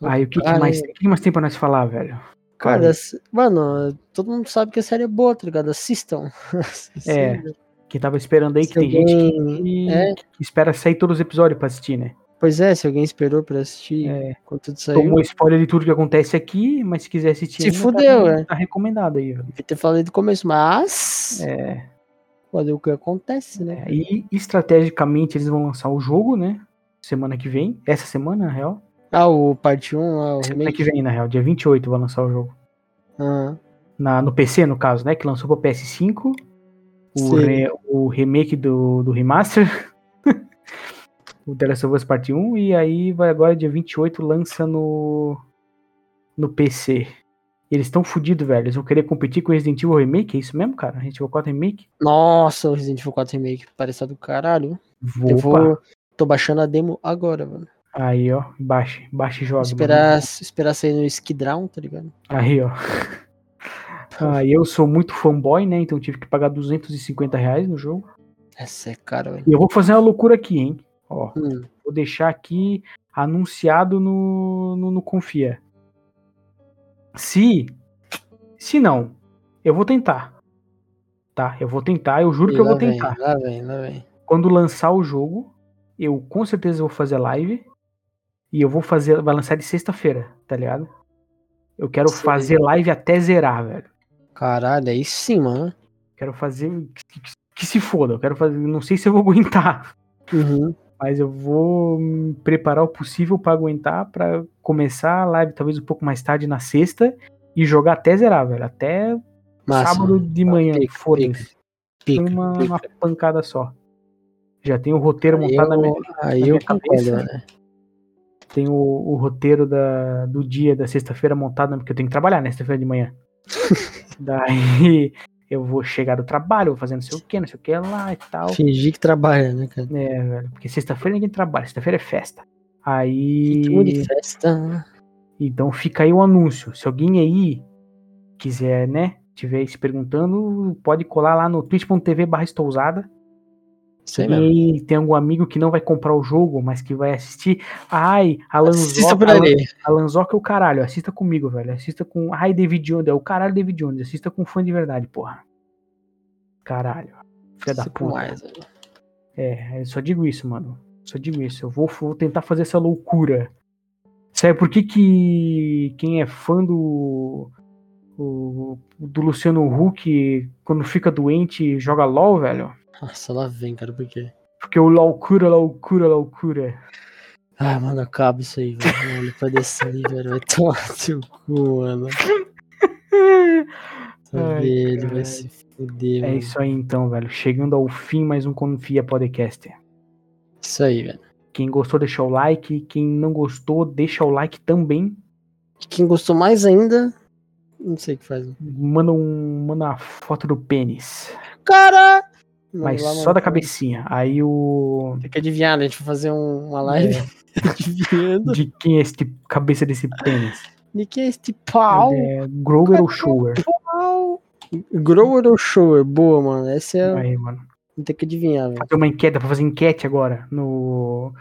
S1: Aí, o que, que
S2: Cara,
S1: mais, o que mais tem pra nós falar, velho?
S2: Cara, se- mano, todo mundo sabe que a série é boa, tá ligado? Assistam.
S1: É, que tava esperando aí, que
S2: Se
S1: tem gente
S2: alguém-
S1: que
S2: É.
S1: que espera sair todos os episódios pra assistir, né?
S2: Pois é, se alguém esperou pra assistir
S1: É.
S2: quando tudo saiu,
S1: Tomou spoiler de tudo que acontece aqui, mas se quiser assistir,
S2: Se
S1: ainda,
S2: fudeu,
S1: tá,
S2: é.
S1: tá recomendado aí, velho.
S2: devia ter falado do começo, mas.
S1: É,
S2: Olha o que acontece, né?
S1: é, e estrategicamente eles vão lançar o jogo, né? Semana que vem, essa semana, na real.
S2: Ah, o parte 1, ah, o
S1: Semana
S2: remake.
S1: que vem, na real, dia 28 vai lançar o jogo.
S2: Ah,
S1: Na, no PC, no caso, né? Que lançou pra PS5. O,
S2: Sim.
S1: re- o remake do, do remaster. o The Last of Us Part 1. E aí vai agora, dia 28, lança no, no PC. Eles estão fodidos, velho. Eles vão querer competir com Resident Evil Remake, é isso mesmo, cara? Resident Evil 4 Remake?
S2: Nossa, o Resident Evil 4 Remake parece tá do caralho.
S1: Vou,
S2: Eu
S1: Opa.
S2: vou. Tô baixando a demo agora, mano.
S1: Aí, ó. Baixe, baixe e
S2: Vou
S1: joga. mano.
S2: Esperar, esperar sair no Skidrown, tá ligado?
S1: Aí, ó. Ah, eu sou muito fanboy, né? Então tive que pagar 250 reais no jogo.
S2: Essa é cara, velho.
S1: E eu vou fazer uma loucura aqui, hein? Ó.
S2: Hum,
S1: Vou deixar aqui anunciado no, no, no Confia. Se. Se não, eu vou tentar. Tá? Eu vou tentar, eu juro que eu
S2: lá
S1: vou
S2: vem,
S1: tentar.
S2: Lá vem, lá vem.
S1: Quando lançar o jogo, eu com certeza vou fazer live. E eu vou fazer. Vai lançar de sexta-feira, tá ligado? Eu quero
S2: Sim.
S1: fazer live até zerar, velho.
S2: Caralho, aí sim, mano.
S1: Quero fazer. Que, que- que se foda, eu quero fazer. Não sei se eu vou aguentar.
S2: Uhum.
S1: Mas eu vou me preparar o possível pra aguentar pra começar a live talvez um pouco mais tarde na sexta e jogar até zerar, velho. Até
S2: Massa.
S1: sábado de
S2: Tá,
S1: manhã,
S2: pica,
S1: foda-se.
S2: pica,
S1: Tem uma,
S2: pica.
S1: uma pancada só. Já tem o roteiro
S2: Aí
S1: montado na minha,
S2: eu, aí
S1: na
S2: eu
S1: minha
S2: concordo,
S1: cabeça.
S2: né?
S1: tem o, o roteiro da, do dia da sexta-feira montado, né, porque eu tenho que trabalhar né, sexta-feira de manhã. Daí eu vou chegar do trabalho, vou fazer não sei o que, não sei o que lá e tal.
S2: Fingir que trabalha, né, cara?
S1: É, velho, porque sexta-feira ninguém trabalha, sexta-feira é festa. Aí.
S2: Ritmo de festa.
S1: Então fica aí o anúncio. Se alguém aí quiser, né, tiver se perguntando, pode colar lá no twitch.tv barra estousada.
S2: Isso aí
S1: E
S2: mesmo.
S1: aí tem algum amigo que não vai comprar o jogo, mas que vai assistir. Ai,
S2: Assista
S1: Alanzoca,
S2: por
S1: Alan,
S2: ali.
S1: Alanzoca é o caralho. Assista comigo, velho. Assista com... Ai, David Jones. É o caralho David Jones. Assista com fã de verdade, porra. Caralho. Filha da
S2: Assista com
S1: puta.
S2: mais, velho.
S1: É, eu só digo isso, mano. Só digo isso. Eu vou, vou tentar fazer essa loucura. Sabe por que, que quem é fã do, o- do Luciano Huck, quando fica doente, joga LOL, velho?
S2: Nossa, lá vem, cara, por quê?
S1: Porque o LOL cura, LOL cura, LOL cura.
S2: Ah, mano, acaba isso aí, velho. Mano, pra descer, velho. Vai tomar seu cu, mano. Tá
S1: Ai,
S2: velho,
S1: caralho.
S2: vai se fuder,
S1: É
S2: mano.
S1: isso aí então, velho. Chegando ao fim, mais um Confia Podcast.
S2: Isso aí, velho.
S1: Quem gostou, deixa o like. Quem não gostou, deixa o like também.
S2: Quem gostou mais ainda, não sei o que faz. né?
S1: Manda, um, manda uma foto do pênis.
S2: Cara! Mano,
S1: Mas
S2: lá,
S1: só
S2: mano,
S1: da cabecinha. Aí o.
S2: Tem que adivinhar, né? A gente vai fazer um- uma live
S1: É.
S2: adivinhando.
S1: de quem é este cabeça desse pênis?
S2: De quem é este pau?
S1: É Grower ou Shower?
S2: Pau! Grower ou shower? Boa, mano. Essa é.
S1: Aí, mano.
S2: Não tem que adivinhar, velho.
S1: Fazer uma enquete, dá pra fazer enquete agora no,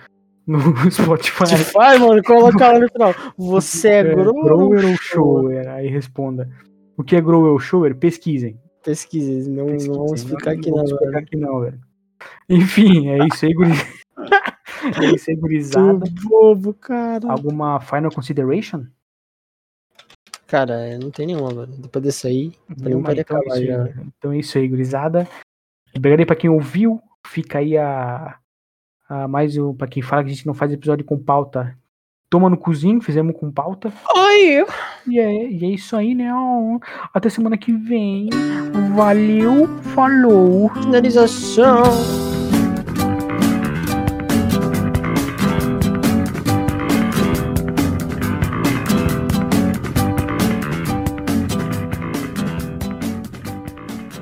S1: no Spotify.
S2: Tipo, Vai, mano, coloca lá no final. Você é
S1: É,
S2: grower ou shower?
S1: Shower? Aí responda. O que é Grower ou Shower? Pesquisem.
S2: Pesquise, não,
S1: Pesquisem.
S2: não Hum, vamos explicar aqui
S1: Não
S2: não, né?
S1: vamos explicar
S2: velho.
S1: aqui não, velho. Enfim, é isso aí, gurizada. é isso aí, gurizada.
S2: Tu bobo, cara.
S1: Alguma final consideration?
S2: Cara, é, não tem nenhuma, mano. Depois desse aí, pra mim
S1: Nenhuma,
S2: pode
S1: então, é
S2: acabar
S1: isso aí,
S2: já.
S1: velho. Então é isso aí, gurizada. Obrigado aí pra quem ouviu. Fica aí a, a mais um pra quem fala que a gente não faz episódio com pauta. Toma no cozinho, fizemos com pauta.
S2: Oi!
S1: E é, e é isso aí, né? Ó, Até semana que vem. Valeu, falou!
S2: Finalização!